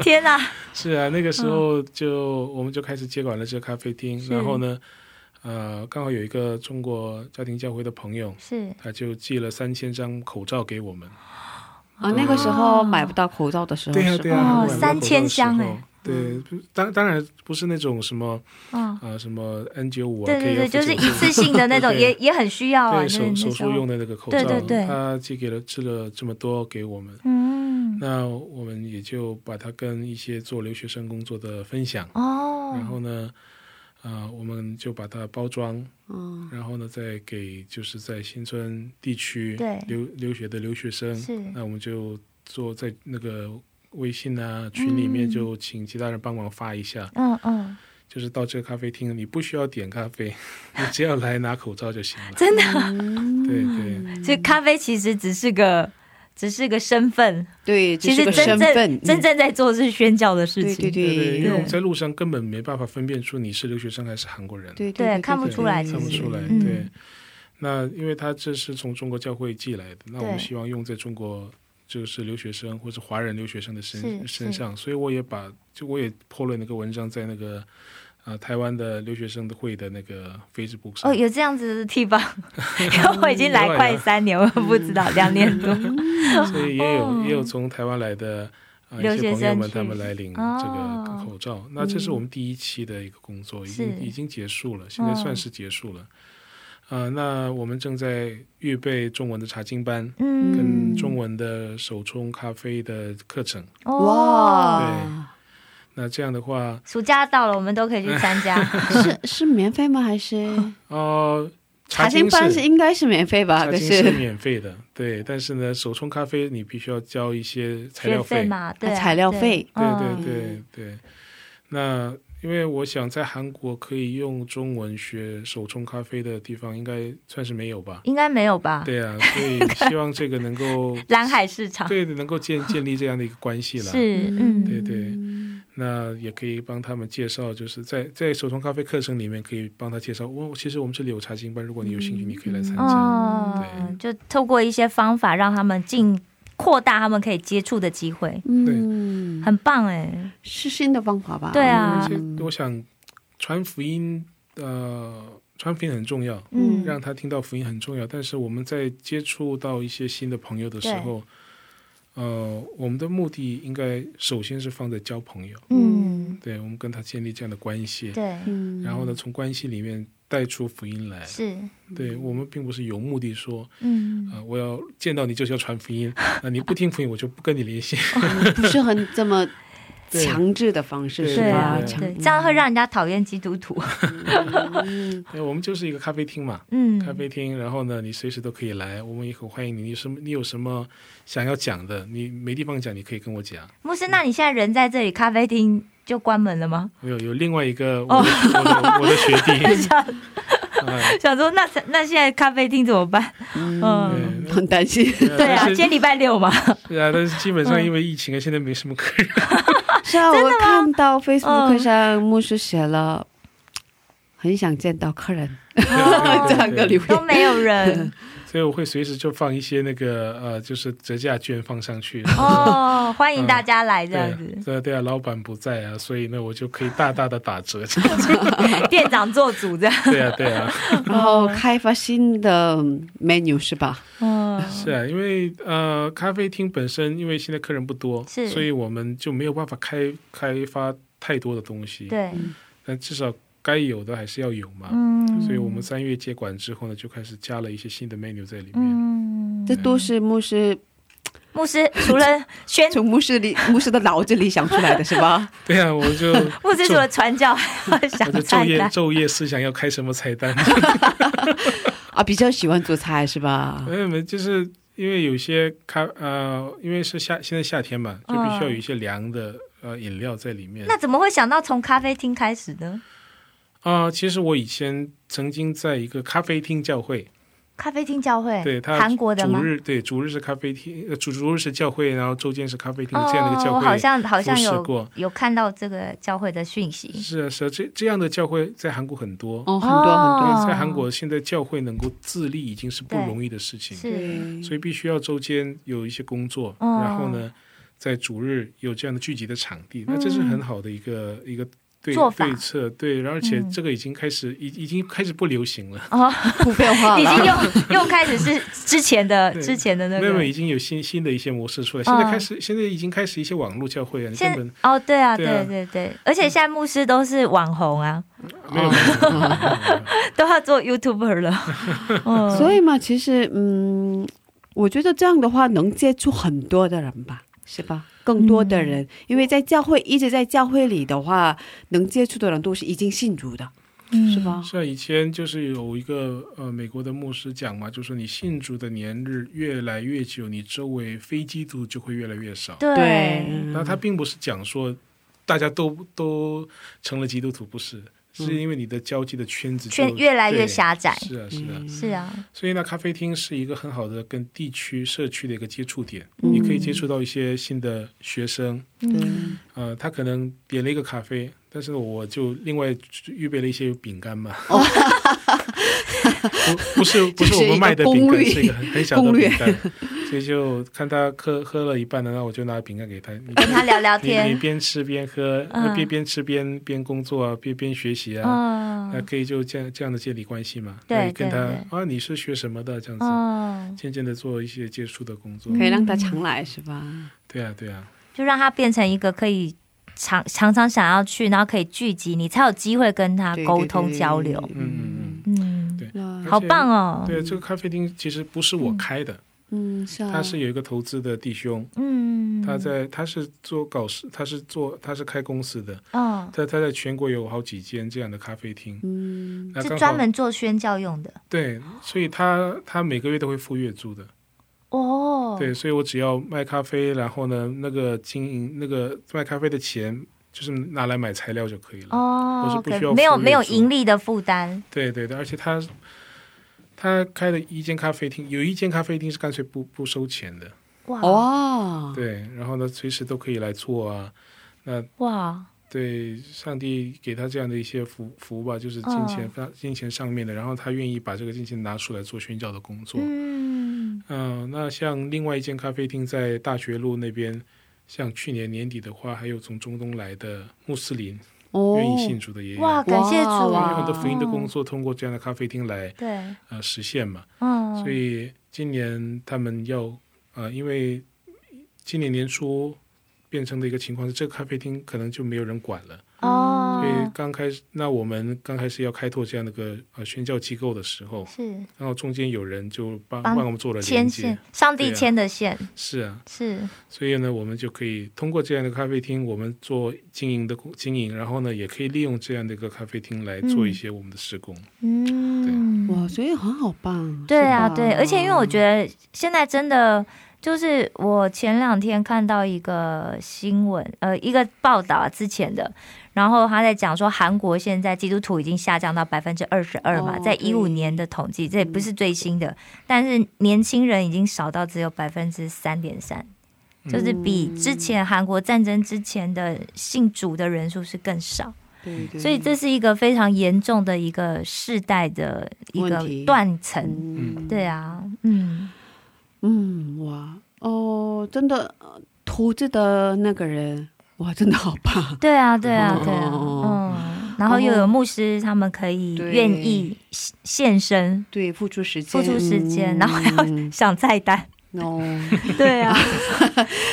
Speaker 3: 天哪，
Speaker 7: 是啊，那个
Speaker 3: 嗯
Speaker 7: 时候就、我们就开始接管了这个咖啡厅，然后呢，呃，刚好有一个中国家庭教会的朋友，
Speaker 3: 是
Speaker 7: 他就寄了三千张口罩给我们。
Speaker 2: 啊，那个时候买不到口罩的时候
Speaker 7: 对呀、
Speaker 2: 是吧，
Speaker 7: 对呀、
Speaker 3: 哦
Speaker 7: 我
Speaker 3: 3000
Speaker 7: 们口罩的时候
Speaker 3: 箱哎
Speaker 7: 对，不当当然不是那种什么
Speaker 3: 嗯，
Speaker 7: 啊、什么 N 九五啊，
Speaker 3: 对对对，
Speaker 7: KF
Speaker 3: 就是
Speaker 7: 这种
Speaker 3: 一次性的那种，
Speaker 7: 对
Speaker 3: 也也很需要啊，
Speaker 7: 对
Speaker 3: 那
Speaker 7: 手
Speaker 3: 那
Speaker 7: 手术
Speaker 3: 种
Speaker 7: 用的那个口罩，
Speaker 3: 对对对
Speaker 7: 他寄给了制了这么多给我们，
Speaker 3: 嗯，
Speaker 7: 那我们也就把它跟一些做留学生工作的分享，
Speaker 3: 哦，
Speaker 7: 然后呢，啊，我们就把它包装，
Speaker 2: 嗯，
Speaker 7: 然后呢再给就是在新村地区
Speaker 3: 对
Speaker 7: 留留学的留学生，
Speaker 3: 是
Speaker 7: 那我们就做在那个微信啊群里面
Speaker 3: 嗯
Speaker 7: 就请其他人帮忙发一下，
Speaker 3: 嗯嗯，
Speaker 7: 就是到这个咖啡厅，你不需要点咖啡， 你只要来拿口罩就行了。
Speaker 3: 真的，
Speaker 2: 嗯
Speaker 7: 对对
Speaker 3: 所以咖啡其实只是个只是个身份，
Speaker 2: 对，这
Speaker 3: 其
Speaker 2: 是
Speaker 3: 实
Speaker 2: 个
Speaker 3: 真
Speaker 2: 身份
Speaker 3: 正，真正在做的是宣教的事
Speaker 2: 对对
Speaker 3: 情，
Speaker 7: 对对，因为
Speaker 2: 对
Speaker 7: 我们在路上根本没办法分辨出你是留学生还是韩国人，
Speaker 2: 对
Speaker 3: 对看不
Speaker 7: 对
Speaker 3: 出来
Speaker 7: 看不
Speaker 3: 其实
Speaker 7: 出来。
Speaker 3: 嗯
Speaker 7: 对，那因为他这是从中国教会寄来的，那我们
Speaker 3: 对
Speaker 7: 希望用在中国就是留学生或者华人留学生的身
Speaker 3: 是
Speaker 7: 身上，所以我也把就我也 po 了那个文章在那个。呃，台湾的留学生的会的那个 Facebook 上，
Speaker 3: 哦，有这样子的 地方，因为我已经来快三年，我
Speaker 7: 啊
Speaker 3: 不知道两年多。
Speaker 7: 所以也有、
Speaker 3: 哦
Speaker 7: 也有从台湾来的、呃、
Speaker 3: 留
Speaker 7: 一
Speaker 3: 学
Speaker 7: 些朋友
Speaker 3: 生
Speaker 7: 们
Speaker 3: 去
Speaker 7: 他们来领这
Speaker 3: 哦
Speaker 7: 个口罩。那这是我们第一期的一个工作，已
Speaker 3: 是嗯
Speaker 7: 经已经结束了，现在算是结束了。呃，那我们正在预备中文的茶经班。
Speaker 3: 嗯，
Speaker 7: 跟中文的手冲咖啡的课程，
Speaker 3: 哦哇，
Speaker 2: 哇，
Speaker 7: 那这样的话，
Speaker 3: 暑假到了，我们都可以去参加。
Speaker 2: 是是免费吗？还 是
Speaker 7: 呃，
Speaker 2: 查经
Speaker 7: 经
Speaker 2: 班
Speaker 7: 是
Speaker 2: 是应该是免费吧？
Speaker 7: 茶
Speaker 2: 可
Speaker 7: 经是
Speaker 2: 是
Speaker 7: 免费的，对。但是呢，手冲咖啡你必须要交一些 材
Speaker 3: 学
Speaker 7: 料
Speaker 3: 费嘛， 对啊，
Speaker 2: 材料费
Speaker 3: 对，
Speaker 7: 对对
Speaker 3: 嗯
Speaker 7: 对对，那因为我想在韩国可以用中文学手冲咖啡的地方，应该算是没有吧？
Speaker 3: 应该没有吧？
Speaker 7: 对啊，所以希望这个能够
Speaker 3: 蓝海市场
Speaker 7: 对能够建建立这样的一个关系了。
Speaker 3: 是，嗯，
Speaker 7: 对对，那也可以帮他们介绍，就是在在手冲咖啡课程里面可以帮他介绍。我、其实我们是有茶经班，如果你有兴趣，你可以来参加。
Speaker 3: 哦
Speaker 7: 对，
Speaker 3: 就透过一些方法让他们进扩大他们可以接触的机会，
Speaker 2: 嗯，
Speaker 3: 很棒哎。
Speaker 2: 是新的方法吧？
Speaker 3: 对啊
Speaker 7: 而且我想传福音，呃，传福音很重要。
Speaker 3: 嗯，
Speaker 7: 让他听到福音很重要。但是我们在接触到一些新的朋友的时候，呃，我们的目的应该首先是放在交朋友，
Speaker 3: 嗯，
Speaker 7: 对我们跟他建立这样的关系，
Speaker 3: 对，
Speaker 2: 嗯，
Speaker 7: 然后呢，从关系里面带出福音来。
Speaker 3: 是，
Speaker 7: 对我们并不是有目的说，
Speaker 3: 嗯，
Speaker 7: 啊，我要见到你就是要传福音，啊、你不听福音我就不跟你联系。
Speaker 2: 不是很这么
Speaker 7: 对
Speaker 2: 强制的方式
Speaker 7: 对
Speaker 2: 是
Speaker 3: 对啊
Speaker 2: 吧？
Speaker 7: 对
Speaker 2: 强
Speaker 3: 对，这样会让人家讨厌基督徒。
Speaker 7: 对，我们就是一个咖啡厅嘛，
Speaker 3: 嗯，
Speaker 7: 咖啡厅，然后呢，你随时都可以来，我们也很欢迎你。你有什么你有什么想要讲的，你没地方讲，你可以跟我讲。
Speaker 3: 牧师，那你现在人在这里，咖啡厅就关门了 吗？
Speaker 7: 我有有另外一个
Speaker 3: 哦
Speaker 7: 我的、我的我的学 弟，
Speaker 3: 想
Speaker 7: 啊
Speaker 3: 想说那，那现在咖啡厅怎么办？嗯，
Speaker 7: 对
Speaker 2: 很担 心，
Speaker 3: 对啊，嗯今天礼拜六嘛，
Speaker 7: 对啊，但是基本上因为疫情啊，现在没什么客人。
Speaker 2: 是啊，我看到 Facebook
Speaker 3: 嗯
Speaker 2: 上牧师写了，很想见到客人
Speaker 7: 对
Speaker 2: 这样的留
Speaker 3: 都
Speaker 2: 言，
Speaker 3: 没哦有人
Speaker 7: 所以我会随时就放一些那个呃，就是折价券放上去。
Speaker 3: 哦，欢迎大家来这
Speaker 7: 对啊
Speaker 3: 样子，，
Speaker 7: 对啊对啊，老板不在啊，所以呢，我就可以大大的打折。
Speaker 3: 店长做主这样，
Speaker 7: 对啊，对啊，
Speaker 2: 然后开发新的 menu 是吧？
Speaker 3: 嗯，
Speaker 7: 是啊，因为呃，咖啡厅本身因为现在客人不多，
Speaker 3: 是
Speaker 7: 所以我们就没有办法开开发太多的东西。，
Speaker 3: 对，
Speaker 7: 但至少该有的还是要有嘛。
Speaker 3: 嗯，
Speaker 7: 所以我们三月接管之后呢，就开始加了一些新的 menu 在里面。
Speaker 3: 嗯，
Speaker 2: 这都是牧师
Speaker 3: 牧师除了宣，
Speaker 2: 从牧师里 牧师的脑子里想出来的是吧？
Speaker 7: 对啊，我 就
Speaker 3: 牧师除了传教，还要
Speaker 7: 我就
Speaker 3: 想
Speaker 7: 昼
Speaker 3: 菜
Speaker 7: 夜
Speaker 3: 单，
Speaker 7: 昼夜思想要开什么菜 单，
Speaker 2: 啊，比较喜欢做菜是吧？
Speaker 7: 没有没有，就是因为有些咖呃，因为是夏现在夏天嘛，就必须要有一些凉的呃饮料在里面。
Speaker 3: 嗯那怎么会想到从咖啡厅开始呢？
Speaker 7: 啊、其实我以前曾经在一个咖啡厅教会，
Speaker 3: 咖啡厅教会，
Speaker 7: 对他
Speaker 3: 哎韩国的吗
Speaker 7: 主？日对主日是咖啡厅，呃主主日是教会，然后周间是咖啡厅、
Speaker 3: 哦
Speaker 7: 这样的一个，教
Speaker 3: 我好
Speaker 7: 会。
Speaker 3: 像好像
Speaker 7: 服侍
Speaker 3: 有
Speaker 7: 过
Speaker 3: 有看到这个教会的讯息，
Speaker 7: 是啊是啊，这这样的教会在韩国很多。
Speaker 2: 哦，很多很多，
Speaker 7: 因为在韩国，现在教会能够自立已经是不
Speaker 3: 对
Speaker 7: 容易的事情。
Speaker 3: 是，
Speaker 7: 所以必须要周间有一些工作，
Speaker 3: 哦
Speaker 7: 然后呢，在主日有这样的聚集的场地，那这是很好的一个、一个
Speaker 3: 嗯
Speaker 7: 对
Speaker 3: 做法嗯
Speaker 7: 对策，对，然后而且这个已经开始已、已经开始不流行了，
Speaker 3: 哦，
Speaker 2: 不废话了，
Speaker 3: 已经又 又开始是之前的
Speaker 7: 对
Speaker 3: 之前的 那
Speaker 7: 妹
Speaker 3: 个
Speaker 7: 妹已，经有新新的一些模式出来，现在开始、现在已经开始一些网络教会啊，你根
Speaker 3: 现
Speaker 7: 本
Speaker 3: 哦对啊
Speaker 7: 对啊
Speaker 3: 对对对，而且现在牧师都是网红啊，哦
Speaker 7: 没有没有没有没有没有。
Speaker 3: 都要做 YouTuber 了，嗯，
Speaker 2: 所以嘛，其实嗯，我觉得这样的话能接触很多的人吧，是吧？更多的人，因为在教会一直在教会里的话，能接触的人都是已经信主的，
Speaker 3: 以
Speaker 2: 是？吧？
Speaker 7: 是啊，以前就是有一个呃美国的牧师讲嘛，就说你信主的年日越来越久，你周围非基督就会越来越少。
Speaker 3: 嗯对，
Speaker 2: 嗯
Speaker 7: 那他并不是讲说大家都都成了基督徒，不是，是因为你的交际的圈子就
Speaker 3: 嗯圈越来越
Speaker 7: 对
Speaker 3: 狭窄，
Speaker 7: 是啊，是啊，
Speaker 3: 是啊，
Speaker 7: 所以呢，咖啡厅是一个很好的跟地区社区的一个接触点，你可以接触到一些新的学生，
Speaker 3: 嗯，
Speaker 7: 呃，他可能点了一个咖啡，但是我就另外预备了一些饼干嘛。 不不是不是我们卖的饼干，
Speaker 2: 这
Speaker 7: 是
Speaker 2: 是
Speaker 7: 一
Speaker 2: 一
Speaker 7: 个
Speaker 2: 个
Speaker 7: 很很小的
Speaker 2: 攻略
Speaker 7: 饼干，所以就看他喝喝了一半呢，那我就拿饼干给他。你
Speaker 3: 跟他聊聊
Speaker 7: 你你
Speaker 3: 天，
Speaker 7: 边吃边喝，
Speaker 3: 嗯
Speaker 7: 呃边边吃边边工作啊，边边学习啊，那
Speaker 3: 嗯
Speaker 7: 可以就这样这样的建立关系嘛。
Speaker 3: 对
Speaker 7: 那你跟他
Speaker 3: 对
Speaker 7: 啊，你是学什么的这样子，
Speaker 3: 嗯，
Speaker 7: 渐渐的做一些接触的工作。
Speaker 2: 可以让他常来，是吧？
Speaker 7: 对啊，对啊，
Speaker 3: 就让他变成一个可以常常常想要去，然后可以聚集，你才有机会跟他
Speaker 2: 对
Speaker 3: 啊沟通交流，，
Speaker 2: 对对对
Speaker 7: 嗯嗯嗯。
Speaker 3: 嗯，
Speaker 7: 对
Speaker 2: 那
Speaker 3: 好棒哦，
Speaker 7: 对，啊这个咖啡厅其实不是我开的，
Speaker 2: 嗯，是啊，
Speaker 7: 他是有一个投资的弟兄，
Speaker 3: 嗯，
Speaker 7: 他在他是做搞事，他是做他是开公司的，
Speaker 3: 嗯。
Speaker 7: 他他在全国有好几间这样的咖啡厅，
Speaker 2: 嗯，
Speaker 7: 那
Speaker 3: 是
Speaker 7: 刚
Speaker 3: 专
Speaker 7: 好
Speaker 3: 门做宣教用的
Speaker 7: 对，所以他他每个月都会付月租的，
Speaker 3: 哦。
Speaker 7: 对，所以我只要卖咖啡，然后呢，那个经营那个卖咖啡的钱就是拿来买材料就可以了，我
Speaker 3: 哦
Speaker 7: 是，不需要
Speaker 3: OK，没有
Speaker 7: 付月
Speaker 3: 没有
Speaker 7: 租
Speaker 3: 盈利的负担，
Speaker 7: 对对对，而且他他开的一间咖啡厅，有一间咖啡厅是干脆不不收钱的，
Speaker 3: 哇哦
Speaker 2: 哇，
Speaker 7: 对，然后呢，随时都可以来做啊。那
Speaker 3: 哇，
Speaker 7: 对上帝给他这样的一些福福吧，就是金钱、金钱上面的，然后他愿意把这个金钱拿出来做宣教的工作。嗯、
Speaker 3: 嗯，
Speaker 7: 那像另外一间咖啡厅在大学路那边，像去年年底的话，还有从中东来的穆斯林、
Speaker 2: 哦，
Speaker 7: 愿意信主的也有，
Speaker 3: 哇，感谢主
Speaker 7: 因
Speaker 2: 哇
Speaker 7: 为
Speaker 3: 啊，
Speaker 7: 很多福音的工
Speaker 3: 嗯
Speaker 7: 作通过这样的咖啡厅来
Speaker 3: 对，
Speaker 7: 呃实现嘛。
Speaker 3: 嗯，
Speaker 7: 所以今年他们要呃，因为今年年初变成的一个情况是，这个咖啡厅可能就没有人管了。
Speaker 3: 哦
Speaker 7: 所，以刚开始，那我们刚开始要开拓这样的一个呃宣教机构的时候，
Speaker 3: 是
Speaker 7: 然后中间有人就帮
Speaker 3: 帮
Speaker 7: 帮我们做了连
Speaker 3: 牵
Speaker 7: 接
Speaker 3: 线，，上
Speaker 7: 对
Speaker 3: 帝
Speaker 7: 啊
Speaker 3: 牵的线
Speaker 7: 是啊，
Speaker 3: 是
Speaker 7: 所以呢，我们就可以通过这样的咖啡厅，我们做经营的工经营，然后呢，也可以利用这样的一个咖啡厅来做一些我们的施工。
Speaker 3: 嗯，
Speaker 2: 哇，所以很好棒，
Speaker 3: 对啊，
Speaker 2: 是吧嗯
Speaker 3: 对，而且因为我觉得现在真的就是我前两天看到一个新闻，呃，一个报道啊之前的，然后他在讲说韩国现在基督徒已经下降到百分之二十二嘛，
Speaker 2: 哦
Speaker 3: 在一五
Speaker 2: 对嗯
Speaker 3: 年的统计，这也不是最新的，但是年轻人已经少到只有百分之三点三。就是比
Speaker 2: 嗯
Speaker 3: 之前韩国战争之前的信主的人数是更少，
Speaker 2: 对对，
Speaker 3: 所以这是一个非常严重的一个世代的一个
Speaker 2: 问题
Speaker 3: 断层。
Speaker 2: 嗯。
Speaker 3: 对啊，嗯，
Speaker 2: 嗯，哇，哦，真的，呃投资的那个人，哇，真的好棒，
Speaker 3: 对啊，对啊，对啊，
Speaker 2: 哦
Speaker 3: 嗯，然后又有牧师，他们可以
Speaker 2: 对
Speaker 3: 愿
Speaker 2: 哦
Speaker 3: 意献献身，
Speaker 2: 对，付出时
Speaker 3: 付
Speaker 2: 间，
Speaker 3: 出时间，
Speaker 2: 嗯
Speaker 3: 然后还要想菜 单，
Speaker 2: 哦，
Speaker 3: 对啊，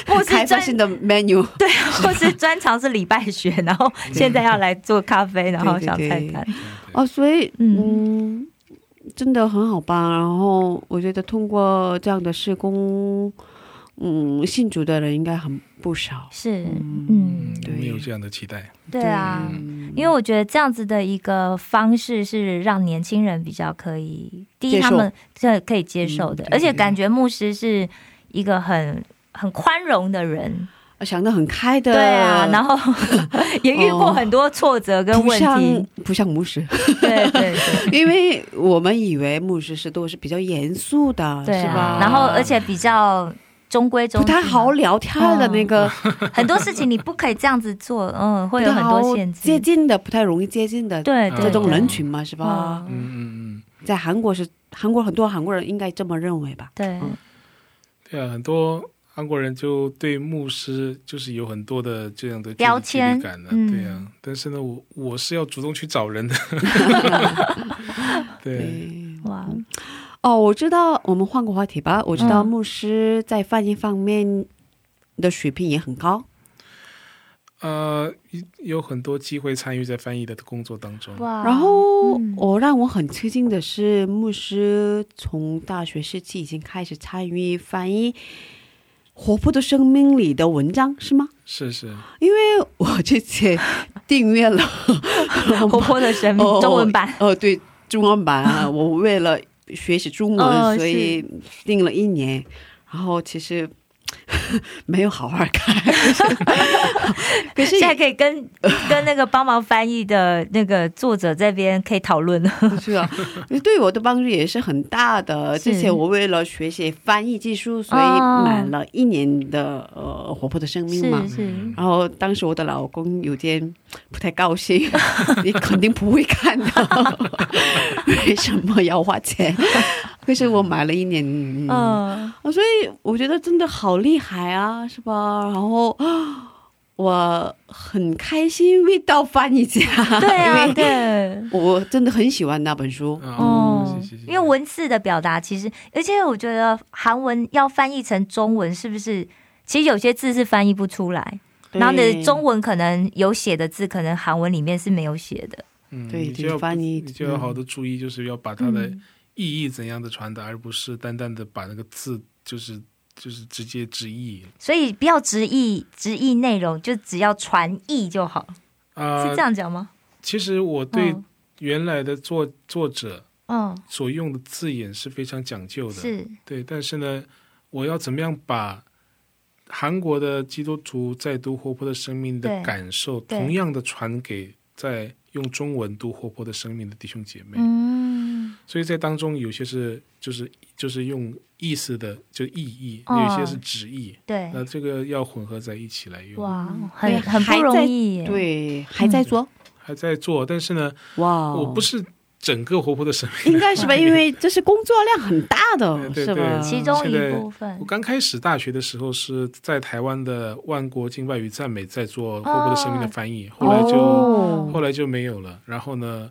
Speaker 3: 牧师
Speaker 2: 开发
Speaker 3: 专
Speaker 2: 性的 menu，
Speaker 3: 对，或是专长是礼拜学，然后现在要来做咖啡，然后想菜单，
Speaker 2: 哦，所以，
Speaker 3: 嗯
Speaker 2: 嗯，真的很好棒。然后我觉得通过这样的施工，嗯，信主的人应该很不少，
Speaker 3: 是，嗯，
Speaker 7: 我们有这样的期待。
Speaker 3: 对啊。因为我觉得这样子的一个方式是让年轻人比较可以，第一
Speaker 2: 接
Speaker 3: 他
Speaker 2: 受
Speaker 3: 们这可以接受的，
Speaker 2: 嗯对
Speaker 3: 而且感觉牧师是一个很很宽容的人，
Speaker 2: 呃想得很开的，
Speaker 3: 对啊，然后也遇过很多挫折跟
Speaker 2: 不
Speaker 3: 问
Speaker 2: 像
Speaker 3: 题，
Speaker 2: 哦不像牧师，
Speaker 3: 对对对。
Speaker 2: 因为我们以为牧师是都是比较严肃的，
Speaker 3: 对
Speaker 2: 是吧
Speaker 3: 啊，？然后而且比较中规中
Speaker 2: 不
Speaker 3: 矩嘛，
Speaker 2: 太好聊天的那个，
Speaker 3: 很多事情你不可以这样子 做，嗯，会有很多限
Speaker 2: 接
Speaker 3: 制。
Speaker 2: 近的不太容易接近的
Speaker 3: 对对，
Speaker 2: 啊这种
Speaker 3: 对
Speaker 2: 人群嘛，是吧？
Speaker 3: 嗯，
Speaker 7: 嗯嗯嗯，
Speaker 2: 在韩国是韩国很多韩国人应该这么认为吧？
Speaker 3: 对，
Speaker 7: 对啊，很多韩国人就对牧师就是有很多的这样的距离
Speaker 3: 标签
Speaker 7: 距离感呢、啊
Speaker 3: 嗯
Speaker 7: 对呀、但是呢，我我是要主动去找 人的，对，
Speaker 2: 对
Speaker 3: 哇，
Speaker 2: 哦，我知道，我们换个话题吧。我知道
Speaker 3: 嗯
Speaker 2: 牧师在翻译方面的水平也很高。
Speaker 7: 呃，有很多机会参与在翻译的工作当中，
Speaker 3: 哇，
Speaker 2: 然后
Speaker 3: 嗯
Speaker 2: 我让我很吃惊的是，牧师从大学时期已经开始参与翻译《活泼的生命》里的文章，是吗？
Speaker 7: 是是，
Speaker 2: 因为我之 前订阅了
Speaker 3: 活泼的生命
Speaker 2: 哦
Speaker 3: 中文版，
Speaker 2: 哦，对，中文版 啊，我为了学习中文，
Speaker 3: 哦
Speaker 2: 所以订了一年，然后其实 没有好好 看， 可是
Speaker 3: 现在可以跟跟那个帮忙翻译的那个作者这边可以讨 论了。
Speaker 2: 是啊，对我的帮助也是很大的。
Speaker 3: 是
Speaker 2: 之前我为了学习翻译技术，所以
Speaker 3: 哦
Speaker 2: 买了一年的呃活泼的生命嘛
Speaker 3: 是。
Speaker 7: 嗯
Speaker 3: 是，
Speaker 2: 然后当时我的老公有点不太高兴， 你肯定不会看的， 为什么要花钱？可是我买了一年，嗯，
Speaker 3: 嗯，
Speaker 2: 哦所以我觉得真的好厉害啊，是吧？然后啊我很开心遇到翻译家，
Speaker 3: 对啊
Speaker 2: 因为，
Speaker 3: 对。
Speaker 2: 我真的很喜欢那本书。
Speaker 7: 啊、
Speaker 3: 哦
Speaker 7: 谢谢谢，谢
Speaker 3: 因为文字的表达其实，而且我觉得韩文要翻译成中文，是不是？其实有些字是翻译不出来，
Speaker 2: 对
Speaker 3: 然后你的中文可能有写的字，可能韩文里面是没有写的。
Speaker 7: 嗯，
Speaker 2: 对
Speaker 7: 你
Speaker 2: 这
Speaker 7: 就
Speaker 2: 个
Speaker 7: 要
Speaker 2: 翻译
Speaker 7: 你就要好的注意，就是要把它的
Speaker 3: 嗯
Speaker 7: 意义怎样的传达，而不是单单的把那个字就是就是直接直译
Speaker 3: 所以不要直译，直译内容就只要传译就好，
Speaker 7: 啊、
Speaker 3: 是这样讲吗？
Speaker 7: 其实我对
Speaker 3: 嗯
Speaker 7: 原来的作作者
Speaker 3: 嗯，
Speaker 7: 所用的字眼是非常讲究的，
Speaker 3: 是
Speaker 7: 对。但是呢，我要怎么样把韩国的基督徒在读《活泼的生命》
Speaker 3: 对
Speaker 7: 的感受，
Speaker 3: 对
Speaker 7: 同样的传给在用中文读《活泼的生命》的弟兄姐妹？
Speaker 3: 嗯，
Speaker 7: 所以在当中有些是就是就是用意思的就意义，
Speaker 3: 哦
Speaker 7: 有些是旨意，
Speaker 3: 对，
Speaker 7: 那这个要混合在一起来用。
Speaker 3: 哇，
Speaker 2: 对
Speaker 3: 很很不容易耶，
Speaker 2: 对，
Speaker 3: 嗯
Speaker 2: 还在 做、
Speaker 7: 还在做，但是呢，
Speaker 3: 哦
Speaker 2: 哇！哦
Speaker 7: 我不是整个活泼的生命。
Speaker 2: 应该是吧？因为这是工作量很大的，
Speaker 7: 对对
Speaker 2: 是吧？
Speaker 7: 对
Speaker 3: 其中
Speaker 7: 现在
Speaker 3: 一部分
Speaker 7: 我刚开始大学的时候是在台湾的万国敬拜与赞美在做《活泼的生命》的翻译，后来就、
Speaker 2: 哦
Speaker 7: 后来就没有了。然后呢，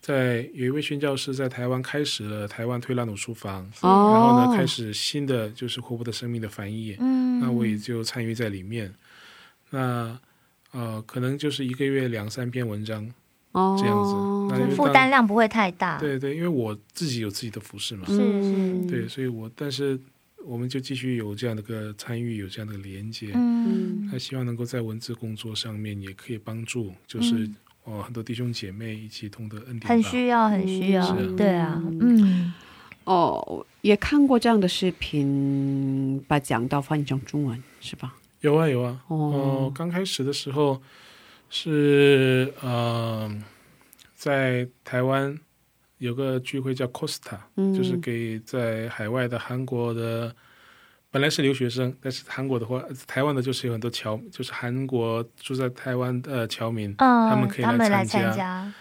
Speaker 7: 在有一位宣教师在台湾开始了台湾推拉努书房，然后呢开
Speaker 2: 哦，
Speaker 7: 始新的就是《活泼的生命》的翻译。
Speaker 3: 嗯，
Speaker 7: 那我也就参与在里面。那呃，可能就是一个月两三篇文章
Speaker 2: 哦
Speaker 7: 这样子。那因为
Speaker 3: 负
Speaker 7: 当
Speaker 3: 担量不会太大，
Speaker 7: 对对，因为我自己有自己的服饰嘛，
Speaker 3: 是是，
Speaker 7: 对，所以我但是我们就继续有这样的个参与，有这样的连接。
Speaker 3: 嗯，
Speaker 7: 那希望能够在文字工作上面也可以帮助，就是、哦很多弟兄姐妹一起同得恩典
Speaker 3: 嗯
Speaker 7: 吧。
Speaker 3: 很需要，很需要，
Speaker 7: 是啊
Speaker 3: 对啊，嗯，
Speaker 2: 哦，我也看过这样的视频，把讲到翻译成中文是吧？
Speaker 7: 有啊有啊，
Speaker 2: 哦
Speaker 7: 呃
Speaker 3: 嗯
Speaker 7: 刚开始的时候是呃，在台湾有个聚会叫 Costa，、
Speaker 2: 嗯，
Speaker 7: 就是给在海外的韩国的，本来是留学生，但是韩国的话，呃台湾的就是有很多侨，就是韩国住在台湾的、呃侨民，
Speaker 3: 嗯，
Speaker 7: 他们可以
Speaker 3: 他
Speaker 7: 来
Speaker 3: 们来
Speaker 7: 参
Speaker 3: 参
Speaker 7: 加
Speaker 3: 加，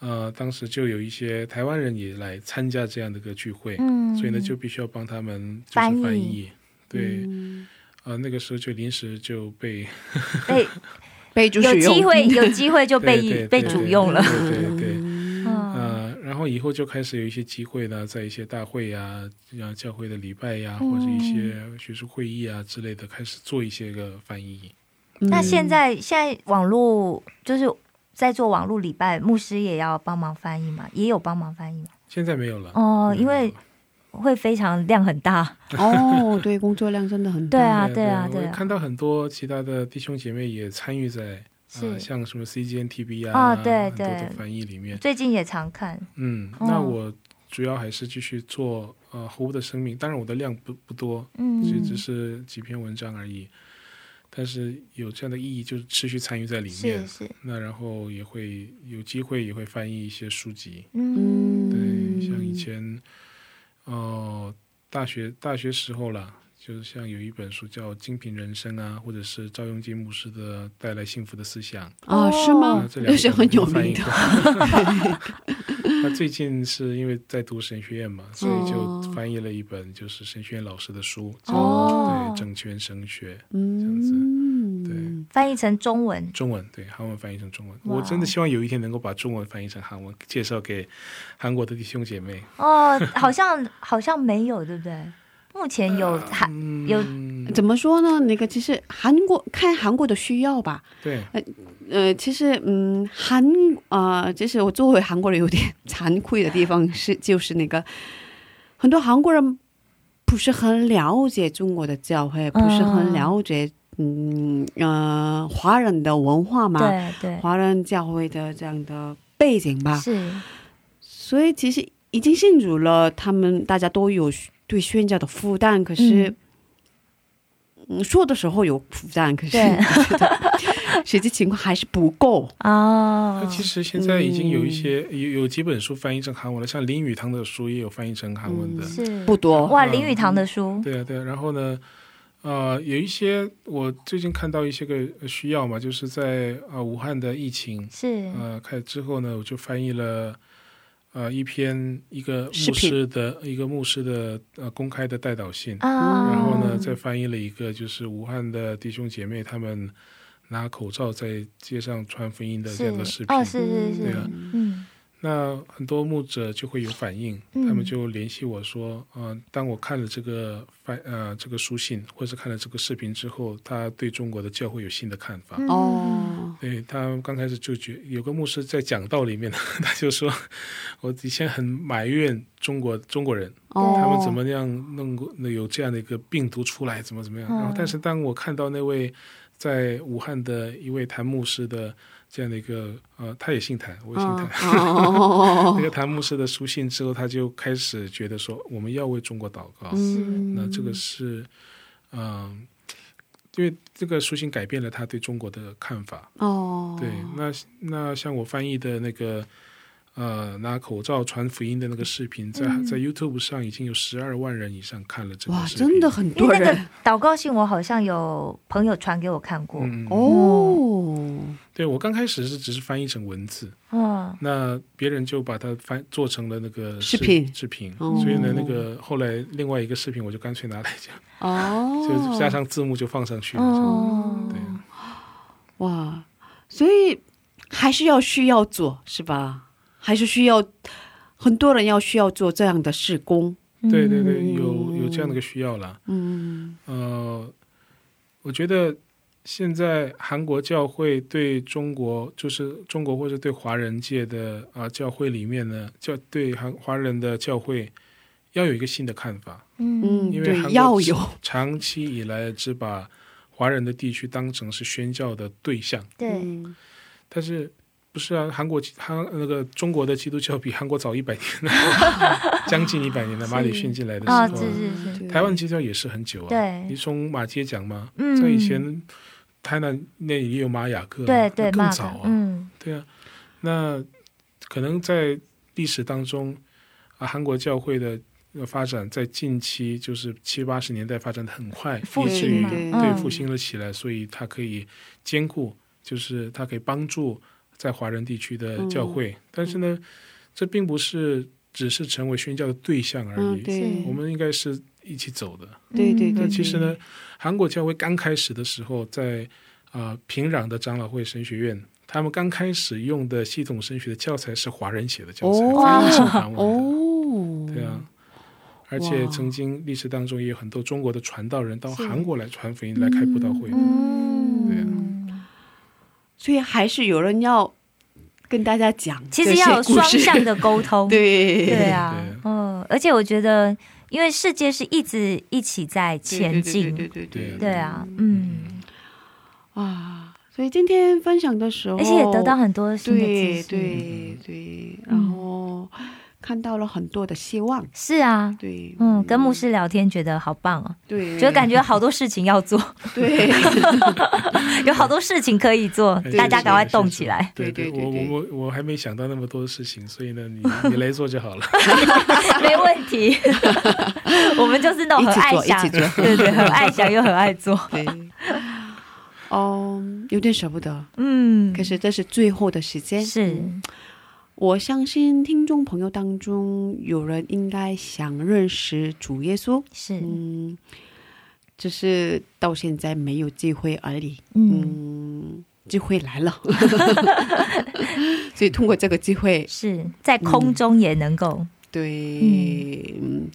Speaker 7: 呃，当时就有一些台湾人也来参加这样的一个聚会，
Speaker 3: 嗯，
Speaker 7: 所以呢就必须要帮他们就是
Speaker 3: 翻
Speaker 7: 翻
Speaker 3: 译嗯
Speaker 7: 对，呃，那个时候就临时就被
Speaker 3: 被
Speaker 2: 备注
Speaker 3: 有
Speaker 2: 使用
Speaker 3: 机 会有机会就
Speaker 7: 对对
Speaker 3: 被被
Speaker 7: 对
Speaker 3: 主
Speaker 7: 对
Speaker 3: 用了，
Speaker 7: 对对对，
Speaker 3: 嗯，
Speaker 7: 呃，然后以后就开始有一些机会呢，在一些大会呀、啊教会的礼拜呀、
Speaker 3: 嗯
Speaker 7: 或者一些学术会议啊之类的，开始做一些个翻译。
Speaker 3: 那现在现在网络就是在做网络礼拜，牧师也要帮忙翻译嘛，也有帮忙翻译嘛，
Speaker 7: 现在没有了，嗯
Speaker 3: 哦，
Speaker 7: 没有
Speaker 3: 因为
Speaker 7: 了
Speaker 3: 会非常量很大，
Speaker 2: 哦，对，工作量真的很大。
Speaker 3: 对啊，
Speaker 7: 对
Speaker 3: 啊，
Speaker 7: 我
Speaker 3: 对
Speaker 7: 也
Speaker 3: 啊，
Speaker 7: 看到很多其他的弟兄姐妹也参与在
Speaker 3: 是
Speaker 7: 呃，像什么 CGNTB 啊，
Speaker 3: 哦对对
Speaker 7: 很多的翻译里面。
Speaker 3: 最近也常看，
Speaker 7: 嗯，
Speaker 3: 嗯
Speaker 7: 那我主要还是继续做呃活物的生命，当然我的量不不多，
Speaker 3: 嗯，
Speaker 7: 所以只是几篇文章而已。但是有这样的意义，就是持续参与在里面
Speaker 3: 是。是，
Speaker 7: 那然后也会有机会也会翻译一些书籍，
Speaker 3: 嗯，
Speaker 7: 对，
Speaker 2: 嗯
Speaker 7: 像以前哦、呃大学大学时候啦，就是像有一本书叫《精品人生》啊，或者是赵永基牧师的《带来幸福的思想》
Speaker 2: 哦，是吗
Speaker 7: 啊，这？两
Speaker 2: 又是
Speaker 7: 本
Speaker 2: 很有
Speaker 7: 翻译
Speaker 2: 名的
Speaker 7: 过。 他最近是因为在读神学院嘛，所以就
Speaker 2: 哦
Speaker 7: 翻译了一本就是神学院老师的书，
Speaker 3: 哦
Speaker 7: 对，整全神学这
Speaker 2: 嗯
Speaker 7: 样，
Speaker 3: 翻译成中文。
Speaker 7: 中文，对韩文翻译成中文。
Speaker 3: 哇
Speaker 7: 我
Speaker 2: 哦
Speaker 7: 真的希望有一天能够把中文翻译成韩文，介绍给韩国的弟兄姐妹。
Speaker 3: 哦，好像好像没有，对不对？目前有
Speaker 7: 呃
Speaker 3: 还有
Speaker 7: 嗯，
Speaker 2: 怎么说呢？那个其实韩国看韩国的需要吧，
Speaker 7: 对，
Speaker 2: 呃，其实嗯，韩啊、呃，就是我作为韩国人有点 惭愧的地方是，就是那个很多韩国人不是很了解中国的教会，不是很了解嗯呃华人的文化嘛，
Speaker 3: 对对
Speaker 2: 华人教会的这样的背景吧，
Speaker 3: 是
Speaker 2: 所以其实已经信主了，他们大家都有对宣教的负担，可是。嗯说的时候有负担，可是
Speaker 3: 对
Speaker 2: 实际情况还是不够。
Speaker 3: 哦
Speaker 7: 那，其实
Speaker 2: 嗯
Speaker 7: 现在已经有一些有有几本书翻译成韩文了，像林语堂的书也有翻译成韩文的。
Speaker 2: 嗯
Speaker 3: 是
Speaker 2: 不多
Speaker 3: 哇，林语堂的书
Speaker 7: 对啊，对啊。然后呢，呃，有一些我最近看到一些个需要嘛，就是在呃武汉的疫情
Speaker 3: 是
Speaker 7: 呃开始之后呢，我就翻译了呃一篇一个
Speaker 2: 视
Speaker 7: 牧
Speaker 2: 频
Speaker 7: 师的一个牧师的呃公开的代祷信，
Speaker 3: 啊，
Speaker 7: 呃然后呢再翻译了一个就是武汉的弟兄姐妹他们拿口罩在街上传福音的这
Speaker 3: 是
Speaker 7: 样的视频。
Speaker 3: 哦，是是
Speaker 7: 对
Speaker 3: 是
Speaker 7: 啊，
Speaker 3: 嗯
Speaker 7: 那很多牧者就会有反应，
Speaker 3: 嗯
Speaker 7: 他们就联系我说，嗯、当我看了这个翻呃这个书信，或者是看了这个视频之后，他对中国的教会有新的看法。
Speaker 2: 哦，
Speaker 7: 对他刚开始就觉有个牧师在讲道里面， 他就说，我以前很埋怨中国中国人，
Speaker 2: 哦，
Speaker 7: 他们怎 么样弄过有这样的一个病毒出来，怎么怎么样？然后，但是当我看到那位在武汉的一位谭牧师的这样的一个呃，他也姓谭，我也姓
Speaker 2: 嗯
Speaker 7: 谭。
Speaker 2: 哦
Speaker 7: 那个谭牧师的书信之后，他就开始觉得说，我们要为中国祷告。
Speaker 2: 嗯，
Speaker 7: 那这个是，嗯、因为这个书信改变了他对中国的看法。
Speaker 2: 哦，
Speaker 7: 对，那那像我翻译的那个，呃，拿口罩传福音的那个视频，在、在 YouTube 上已经有十二万人以上看了这
Speaker 2: 嗯
Speaker 7: 个
Speaker 2: 哇，
Speaker 7: 视频。
Speaker 2: 真的很
Speaker 3: 因
Speaker 2: 多
Speaker 3: 为那个
Speaker 2: 人
Speaker 3: 祷告信，我好像有朋友传给我看过，
Speaker 7: 嗯，嗯
Speaker 2: 哦，
Speaker 7: 对我刚开始是只是翻译成文字，
Speaker 3: 嗯，
Speaker 7: 那别人就把它翻做成了那个
Speaker 2: 视频
Speaker 7: 视频，
Speaker 2: 哦
Speaker 7: 嗯所以呢，那个后来另外一个视频我就干脆拿来讲，
Speaker 2: 哦，
Speaker 7: 就加上字幕就放上去了。
Speaker 3: 哦
Speaker 7: 这样对，
Speaker 2: 哇，所以还是要需要做是吧？还是需要很多人要需要做这样的事工，
Speaker 7: 对对对，有有这样的一个需要啦。
Speaker 2: 嗯，
Speaker 7: 呃，我觉得现在韩国教会对中国，就是中国或者对华人界的啊、教会里面呢，教对韩华人的教会要有一个新的看法。
Speaker 2: 嗯，
Speaker 7: 因为
Speaker 2: 对
Speaker 7: 韩，国
Speaker 2: 要有，
Speaker 7: 长期以来只把华人的地区当成是宣教的对象，
Speaker 3: 对，
Speaker 2: 嗯
Speaker 7: 但是不是啊？韩国韩那个中国的基督教比韩国早一百年了， 将近一百年了。马里逊进来的时候
Speaker 3: 啊，
Speaker 7: 啊，
Speaker 3: 是是是，
Speaker 2: 对
Speaker 7: 台湾基督教也是很久啊。
Speaker 3: 对
Speaker 7: 你从马街讲嘛，
Speaker 3: 嗯
Speaker 7: 在以前台南那里也有马雅各啊，
Speaker 3: 对对，
Speaker 7: 那更
Speaker 3: 骂
Speaker 7: 早
Speaker 3: 的
Speaker 7: 啊，
Speaker 3: 嗯，
Speaker 7: 对啊。那可能在历史当中啊，韩国教会的。呃发展在近期就是七八十年代发展的很快，
Speaker 3: 复
Speaker 7: 以至
Speaker 3: 兴
Speaker 7: 于
Speaker 3: 嘛，
Speaker 2: 对
Speaker 7: 对
Speaker 3: 嗯
Speaker 7: 复兴了起来，所以它可以兼顾，就是它可以帮助在华人地区
Speaker 3: 嗯
Speaker 7: 的教会。但是呢，这并不是只是成为宣教的对象而
Speaker 2: 嗯，
Speaker 7: 已，
Speaker 2: 对
Speaker 7: 我，们应该是一起走的。
Speaker 2: 对对
Speaker 7: 那
Speaker 2: 对，
Speaker 7: 其实呢，韩国教会刚开始的时候在，啊平壤的长老会神学院。他们刚开始用的系统神学的教材是华人写的教材，
Speaker 2: 哦
Speaker 7: 翻译成韩文的。
Speaker 2: 哦，
Speaker 7: 对啊，而且
Speaker 2: 哇
Speaker 7: 曾经历史当中也有很多中国的传道人到
Speaker 3: 是
Speaker 7: 韩国来传福音、来开布道会。对啊
Speaker 3: 嗯，
Speaker 2: 所以还是有人要跟大家讲这
Speaker 3: 其
Speaker 2: 些故事，
Speaker 3: 实要有双 向的沟 通，
Speaker 2: 对
Speaker 3: 对啊
Speaker 7: 对，
Speaker 3: 嗯，而且我觉得，因为世界是一直一起在
Speaker 2: 对
Speaker 3: 前
Speaker 2: 对对
Speaker 3: 进，
Speaker 2: 对对对
Speaker 7: 对啊
Speaker 3: 对啊，嗯，
Speaker 2: 啊，所以今天哦分享的时候，
Speaker 3: 嗯而且也得到很多新的
Speaker 2: 对
Speaker 3: 知识，
Speaker 2: 对对，然后看到了很多的希望。
Speaker 3: 是啊，
Speaker 2: 对，
Speaker 3: 嗯，跟牧师聊天觉得好棒哦，
Speaker 2: 对，
Speaker 3: 就感觉好多事情要做，
Speaker 2: 对，
Speaker 3: 有好多事情可以做
Speaker 7: 哎，
Speaker 3: 大家赶快
Speaker 7: 是是
Speaker 3: 动
Speaker 7: 是
Speaker 3: 起来。
Speaker 7: 对
Speaker 2: 对对
Speaker 7: 我
Speaker 2: 对
Speaker 7: 我我我还没想到那么多的事情，所以呢，你你来做就好了。
Speaker 3: 没问题， 我们就是那种很爱想
Speaker 2: 一起做一起，
Speaker 3: 对对，很爱想又很爱做。
Speaker 2: 对，哦、有点舍不得，
Speaker 3: 嗯，
Speaker 2: 可是这是最后的时间。
Speaker 3: 是
Speaker 2: 我相信听众朋友当中有人应该想认识主耶稣，
Speaker 3: 是，
Speaker 2: 嗯，只是到现在没有机会而已。
Speaker 3: 嗯
Speaker 2: 嗯，机会来 了， 所以通过这个机会，
Speaker 3: 是在空中也能够，
Speaker 2: 对，嗯，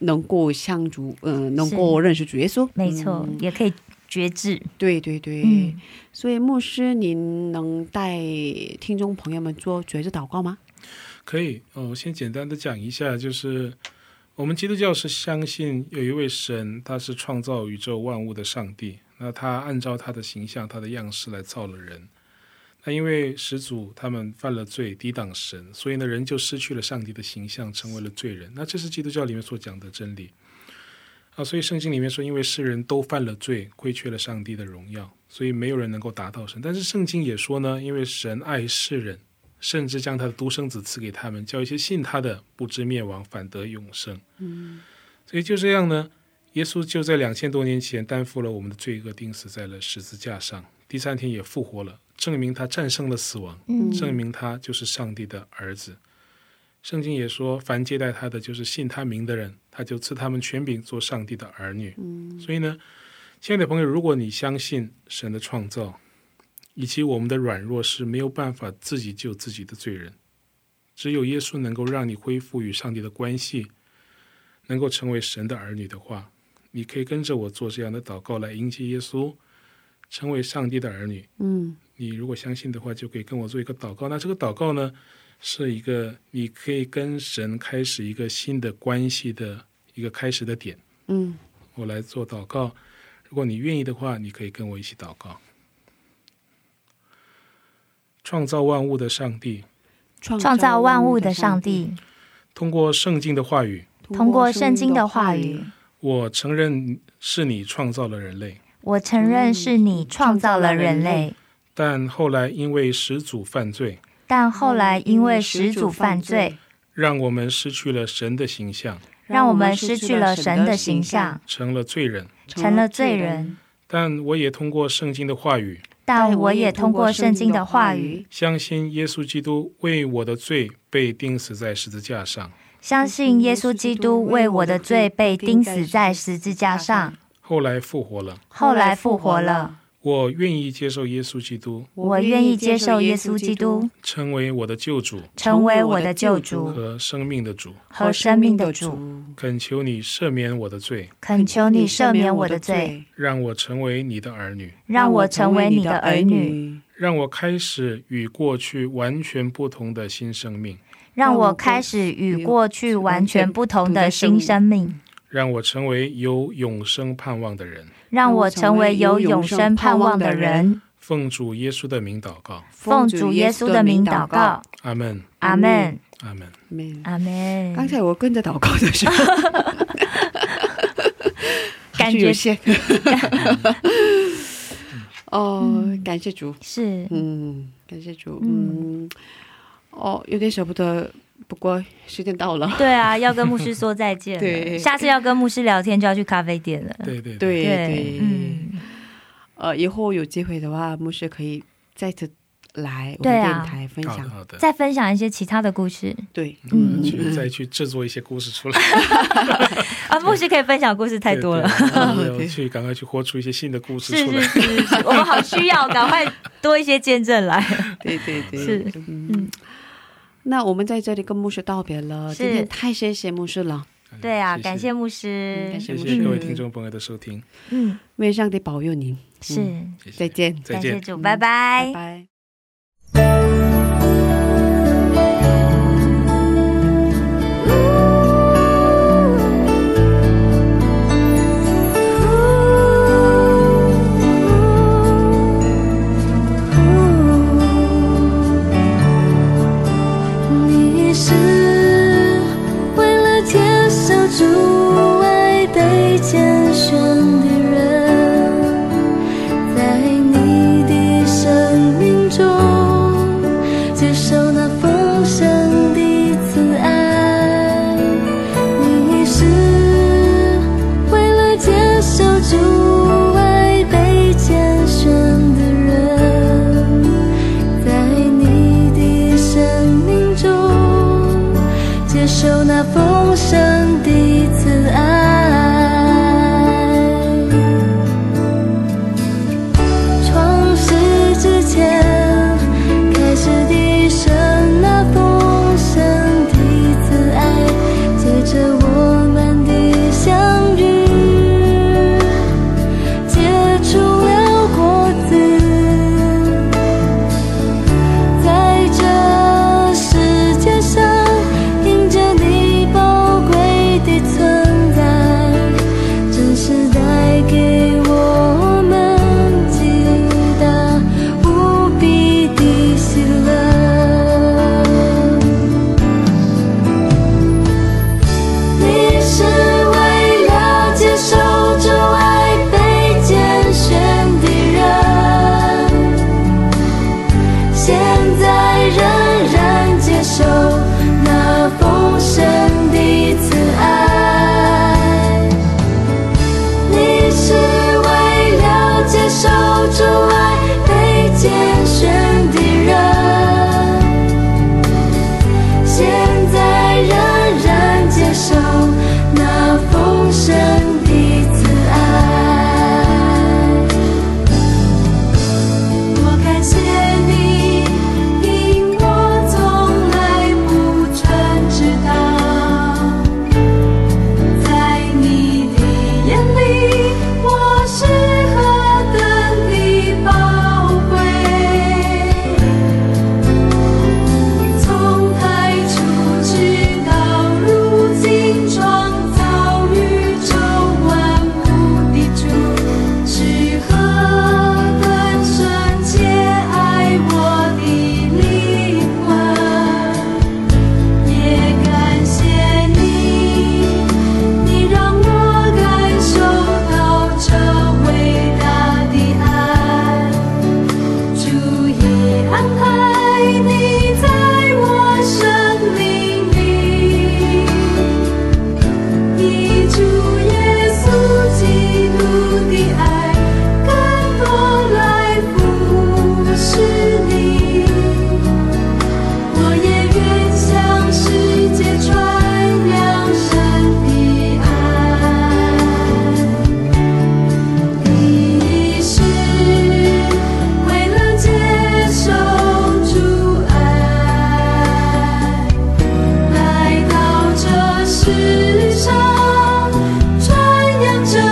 Speaker 2: 能够相主，呃，能够认识主耶稣，
Speaker 3: 没错
Speaker 2: 嗯，
Speaker 3: 也可以觉知。
Speaker 2: 对对对。
Speaker 3: 嗯，
Speaker 2: 所以牧师，您能带听众朋友们做觉知祷告吗？
Speaker 7: 可以，呃，我先简单的讲一下，就是我们基督教是相信有一位神，他是创造宇宙万物的上帝，那他按照他的形象、他的样式来造了人。那因为始祖他们犯了罪，抵挡神，所以呢，人就失去了上帝的形象，成为了罪人。那这是基督教里面所讲的真理啊。所以圣经里面说，因为世人都犯了罪，亏缺了上帝的荣耀，所以没有人能够达到神。但是圣经也说呢，因为神爱世人。甚至将他的独生子赐给他们，叫一些信他的不知灭亡，反得永生。嗯，所以就这样呢，耶稣就在两千多年前担负了我们的罪恶，钉死在了十字架上，第三天也复活了，证明他战胜了死亡，
Speaker 3: 嗯
Speaker 7: 证明他就是上帝的儿子。圣经也说，凡接待他的，就是信他名的人，他就赐他们权柄做上帝的儿女。嗯，所以呢，亲爱的朋友，如果你相信神的创造，以及我们的软弱是没有办法自己救自己的罪人，只有耶稣能够让你恢复与上帝的关系，能够成为神的儿女的话，你可以跟着我做这样的祷告来迎接耶稣，成为上帝的儿女。
Speaker 2: 嗯，
Speaker 7: 你如果相信的话，就可以跟我做一个祷告。那这个祷告呢，是一个你可以跟神开始一个新的关系的一个开始的点。
Speaker 2: 嗯，
Speaker 7: 我来做祷告。如果你愿意的话，你可以跟我一起祷告。创造万物的上帝，
Speaker 2: 创
Speaker 3: 创造万物的
Speaker 2: 上
Speaker 3: 上帝，
Speaker 7: 通过圣经的话语，
Speaker 3: 通过圣经的话语，，
Speaker 7: 我承认是你创造了人类，
Speaker 3: 我承认是你创造了人类，
Speaker 7: 但后来因为始祖犯罪，
Speaker 3: 但后来因为始祖犯罪，，
Speaker 7: 让我们失去了神的形象，
Speaker 3: 让我们失去了神的形象，，
Speaker 7: 成了罪人。
Speaker 3: 成了罪人。。
Speaker 7: 但我也通过圣经的话语，
Speaker 3: 但我也通过圣经的话语，，
Speaker 7: 相信耶稣基督为我的罪被钉死在十字架上，
Speaker 3: 相信耶稣基督为我的罪被钉死在十字架上，
Speaker 7: 后来复活了。
Speaker 3: 后来复活了。
Speaker 7: 我愿意接受耶稣基督
Speaker 3: 我愿意接受耶稣基督，
Speaker 7: 成为我的救主
Speaker 3: 成为我的救主
Speaker 7: 和生命的主，
Speaker 3: 和生命的主。，
Speaker 7: 恳求你赦免我的罪，
Speaker 3: 恳求你赦免我的罪，，
Speaker 7: 让我成为你的儿女，
Speaker 3: 让我成为你的儿女，。
Speaker 7: 让我开始与过去完全不同的新生命，
Speaker 3: 让我开始与过去完全不同的新生命，
Speaker 7: 让我成为有永生盼望的人。
Speaker 3: 让我成为有永生盼望的人。
Speaker 7: 奉主耶稣的名祷告，
Speaker 3: 奉主耶稣的名祷告，，
Speaker 7: 阿门，
Speaker 3: 阿门，
Speaker 7: 阿门。
Speaker 3: 阿门。
Speaker 2: 刚才我跟着祷告的时候，
Speaker 3: 感觉
Speaker 2: 有些。 哦，感谢主，
Speaker 3: 是
Speaker 2: 嗯，感谢主，嗯，哦，有点舍不得，不过时间到了，
Speaker 3: 对啊，要跟牧师说再见了。
Speaker 2: 对
Speaker 3: 下次要跟牧师聊天就要去咖啡店了。
Speaker 7: 对对
Speaker 2: 对
Speaker 3: 嗯对，嗯，
Speaker 2: 呃，以后有机会的话，牧师可以再次来我
Speaker 3: 对
Speaker 2: 们电
Speaker 3: 啊
Speaker 2: 台分
Speaker 7: 好的
Speaker 2: 享，
Speaker 7: 好的，
Speaker 3: 再分享一些其他的故事
Speaker 2: 对，
Speaker 7: 嗯，去再去制作一些故事出来，
Speaker 3: 啊，牧师可以分享故事 太多了。
Speaker 7: 对，对
Speaker 2: 对
Speaker 7: 对要去赶快去活出一些新的故事
Speaker 3: 是
Speaker 7: 出
Speaker 3: 是
Speaker 7: 来。
Speaker 3: 是是，我们好需要，赶快多一些见证 来。
Speaker 2: 对对对，
Speaker 3: 是
Speaker 2: 嗯。那我们在这里跟牧师道别了，
Speaker 3: 是
Speaker 2: 今天太谢谢牧师了，
Speaker 3: 对啊，
Speaker 7: 哎谢谢
Speaker 3: 感谢牧师。
Speaker 2: 感谢
Speaker 7: 谢
Speaker 2: 牧
Speaker 7: 谢各位
Speaker 2: 师，
Speaker 7: 听众朋友的收听，
Speaker 3: 嗯，
Speaker 2: 愿上帝保佑您，
Speaker 3: 是，
Speaker 7: 谢谢
Speaker 2: 再见，
Speaker 7: 再
Speaker 3: 感
Speaker 7: 见
Speaker 3: 谢。主，拜嗯拜。
Speaker 2: 拜拜。
Speaker 1: 你是
Speaker 4: 现在仍然接受那丰盛的慈爱。你是为了接受主爱被拣选的人，现在仍然接受那丰盛的慈爱。我感谢你，因我从来不曾知道，在你的眼里，我是何等的宝贵。从太初直到如今，创造宇宙万物的主。是何等深切爱我的灵魂，也感谢你，你让我感受到这伟大的爱。主已安排你在我生命里。以主耶稣基督的爱，更多来服侍你。我也愿向世界传扬神的爱。你是为了接受主爱。来到这世上，传扬这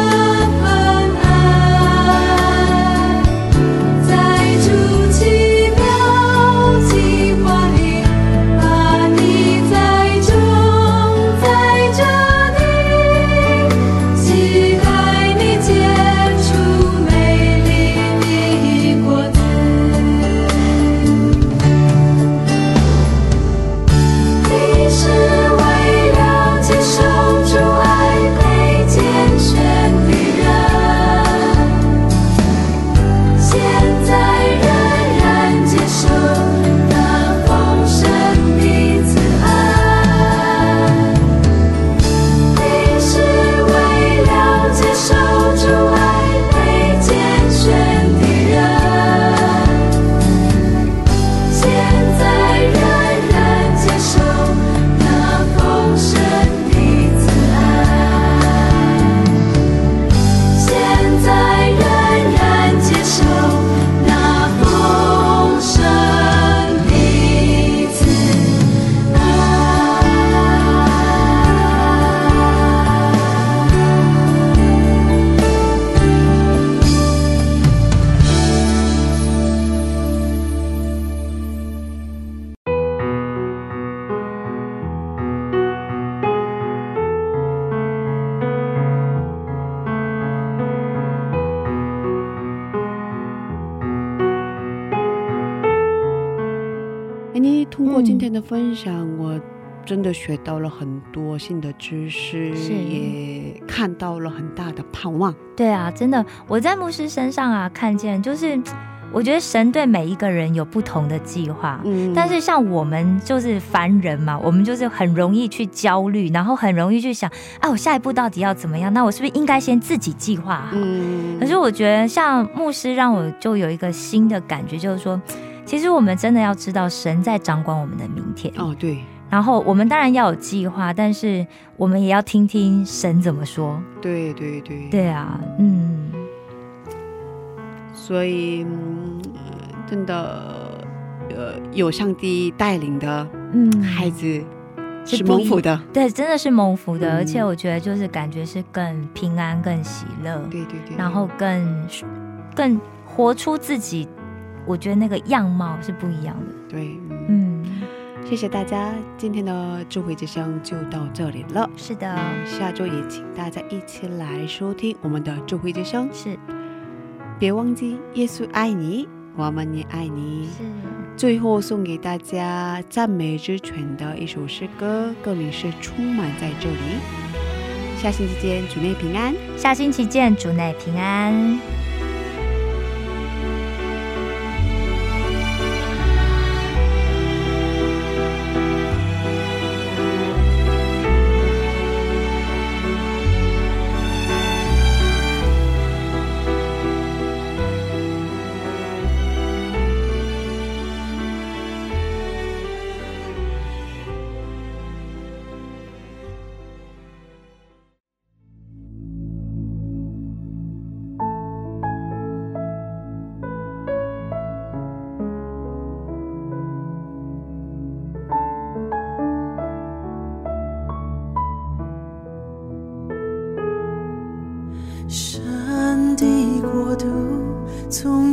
Speaker 4: 份爱，在主奇妙计划里，把你栽种在这地，期待你结出美丽的果子。你是为了接受主爱被拣选的人，现在仍然接受那丰盛的慈爱。你是为了接受主爱被拣选的人。现在仍然接受那丰盛的慈爱，现在仍然接受那丰盛的慈爱。
Speaker 2: 哎，你通过今
Speaker 3: 嗯
Speaker 2: 天的分享，我真的学到了很多新的知识，
Speaker 3: 是
Speaker 2: 也看到了很大的盼望。
Speaker 3: 对啊，真的，我在牧师身上啊，看见就是，我觉得神对每一个人有不同的计划。
Speaker 2: 嗯
Speaker 3: 但是像我们就是凡人嘛，我们就是很容易去焦虑，然后很容易去想，啊，我下一步到底要怎么样？那我是不是应该先自己计划好？
Speaker 2: 嗯，
Speaker 3: 可是我觉得，像牧师让我就有一个新的感觉，就是说，其实我们真的要知道神在掌管我们的明天。
Speaker 2: 哦，对
Speaker 3: 然后我们当然要有计划，但是我们也要听听神怎么说。
Speaker 2: 对对对，
Speaker 3: 对啊，嗯，
Speaker 2: 所以、嗯、呃真的呃，有上帝带领的
Speaker 3: 嗯，
Speaker 2: 孩子
Speaker 3: 是
Speaker 2: 是
Speaker 3: 不
Speaker 2: 蒙
Speaker 3: 一
Speaker 2: 福的，
Speaker 3: 对，真的是蒙福的，
Speaker 2: 嗯
Speaker 3: 而且我觉得就是感觉是更平安、更喜乐，
Speaker 2: 对对对，
Speaker 3: 然后更更活出自己，我觉得那个样貌是不一样的。
Speaker 2: 对，嗯，
Speaker 3: 嗯，
Speaker 2: 谢谢大家，今天的智慧之声就到这里了。
Speaker 3: 是的，
Speaker 2: 下周也请大家一起来收听我们的智慧之声。
Speaker 3: 是
Speaker 2: 别忘记，耶稣爱你，我们也爱你。
Speaker 3: 是，
Speaker 2: 最后送给大家赞美之泉的一首诗歌，歌名是《充满在这里》。下星期见，主内平安。
Speaker 3: 下星期见，主内平安。
Speaker 4: 我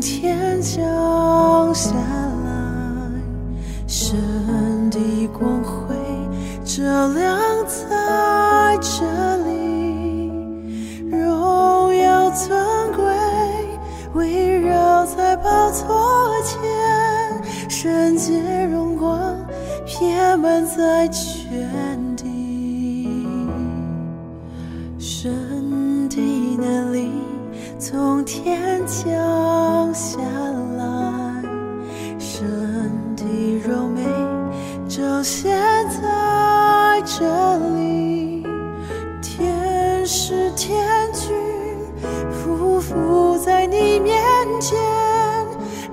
Speaker 4: 天降下来，神的光辉照亮在这里，荣耀尊贵围绕在宝座前，圣洁荣光遍满在全地。神的能力从天降下来，神的柔美彰显在这里。天使天君匍匐在你面前，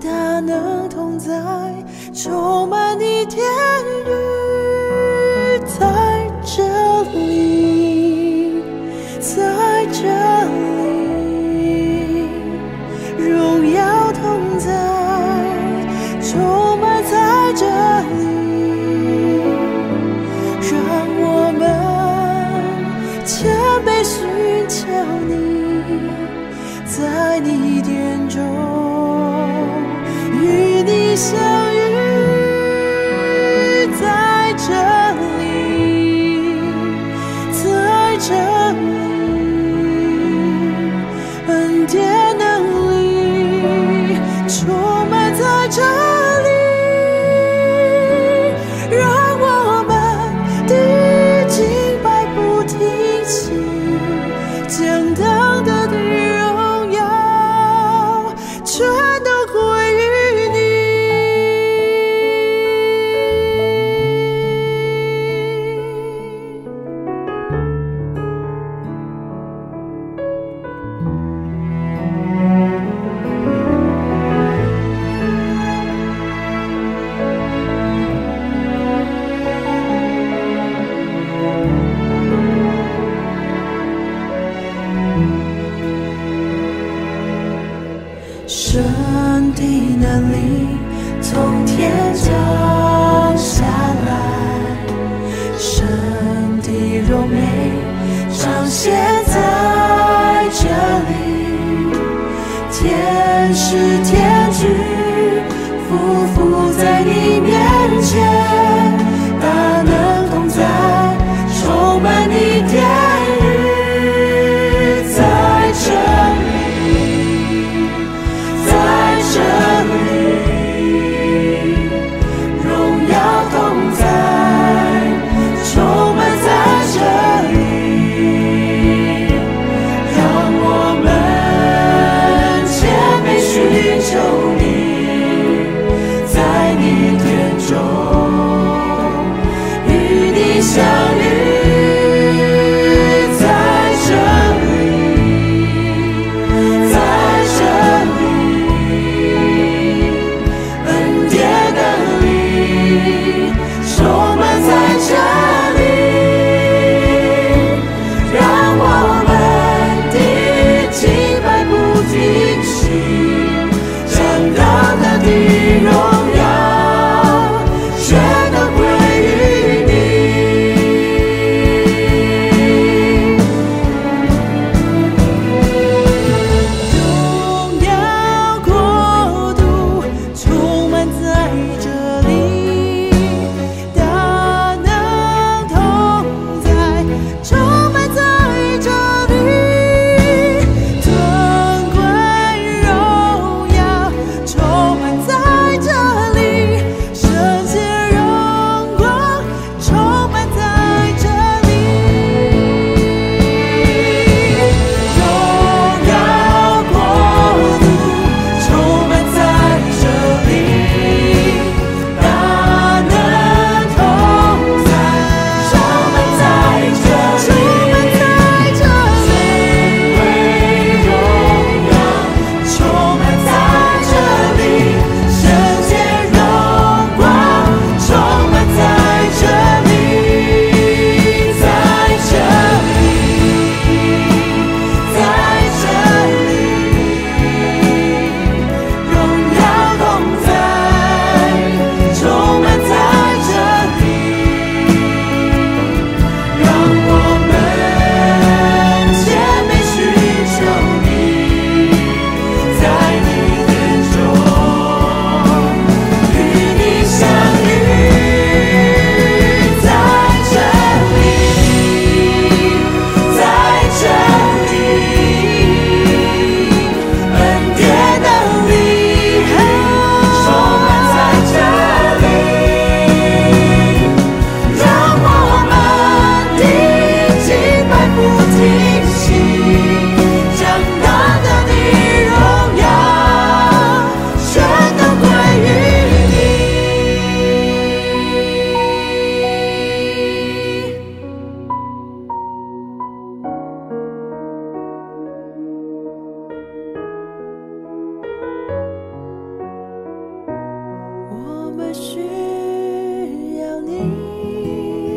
Speaker 4: 大能同在，充满你天律在这里。在这里，荣耀同在，充满在这里，让我们谦卑寻求你，在你殿中与你相遇，在这里。在这里，恩典能力充满在这里，让我们的敬拜不停息，将当得的荣耀全都归于你。神的能力从天降下来，神的柔美彰显在这里。天使天君匍匐在你面前，大能同在，充满你天日，在这里。在这里，荣耀同在，充满在这里，让我们谦卑寻求你，在你殿中与你相遇，在这里。在这里，恩典能力充满在这里，让我们的敬拜不停息，将当得的荣耀全都归于你。荣耀国度充满在这里，大能同在，充满在这里，尊贵荣耀充满在这里，圣洁荣光充满在这里。荣耀国度充满在这里，我们需要你。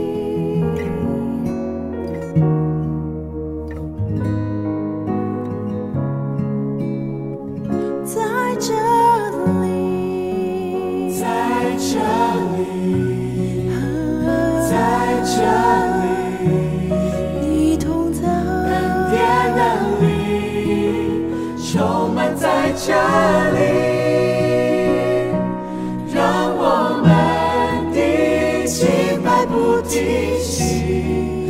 Speaker 4: 在这里，在这里，在这里，你同在恩典能力充满在这里，让我们的敬拜不停息。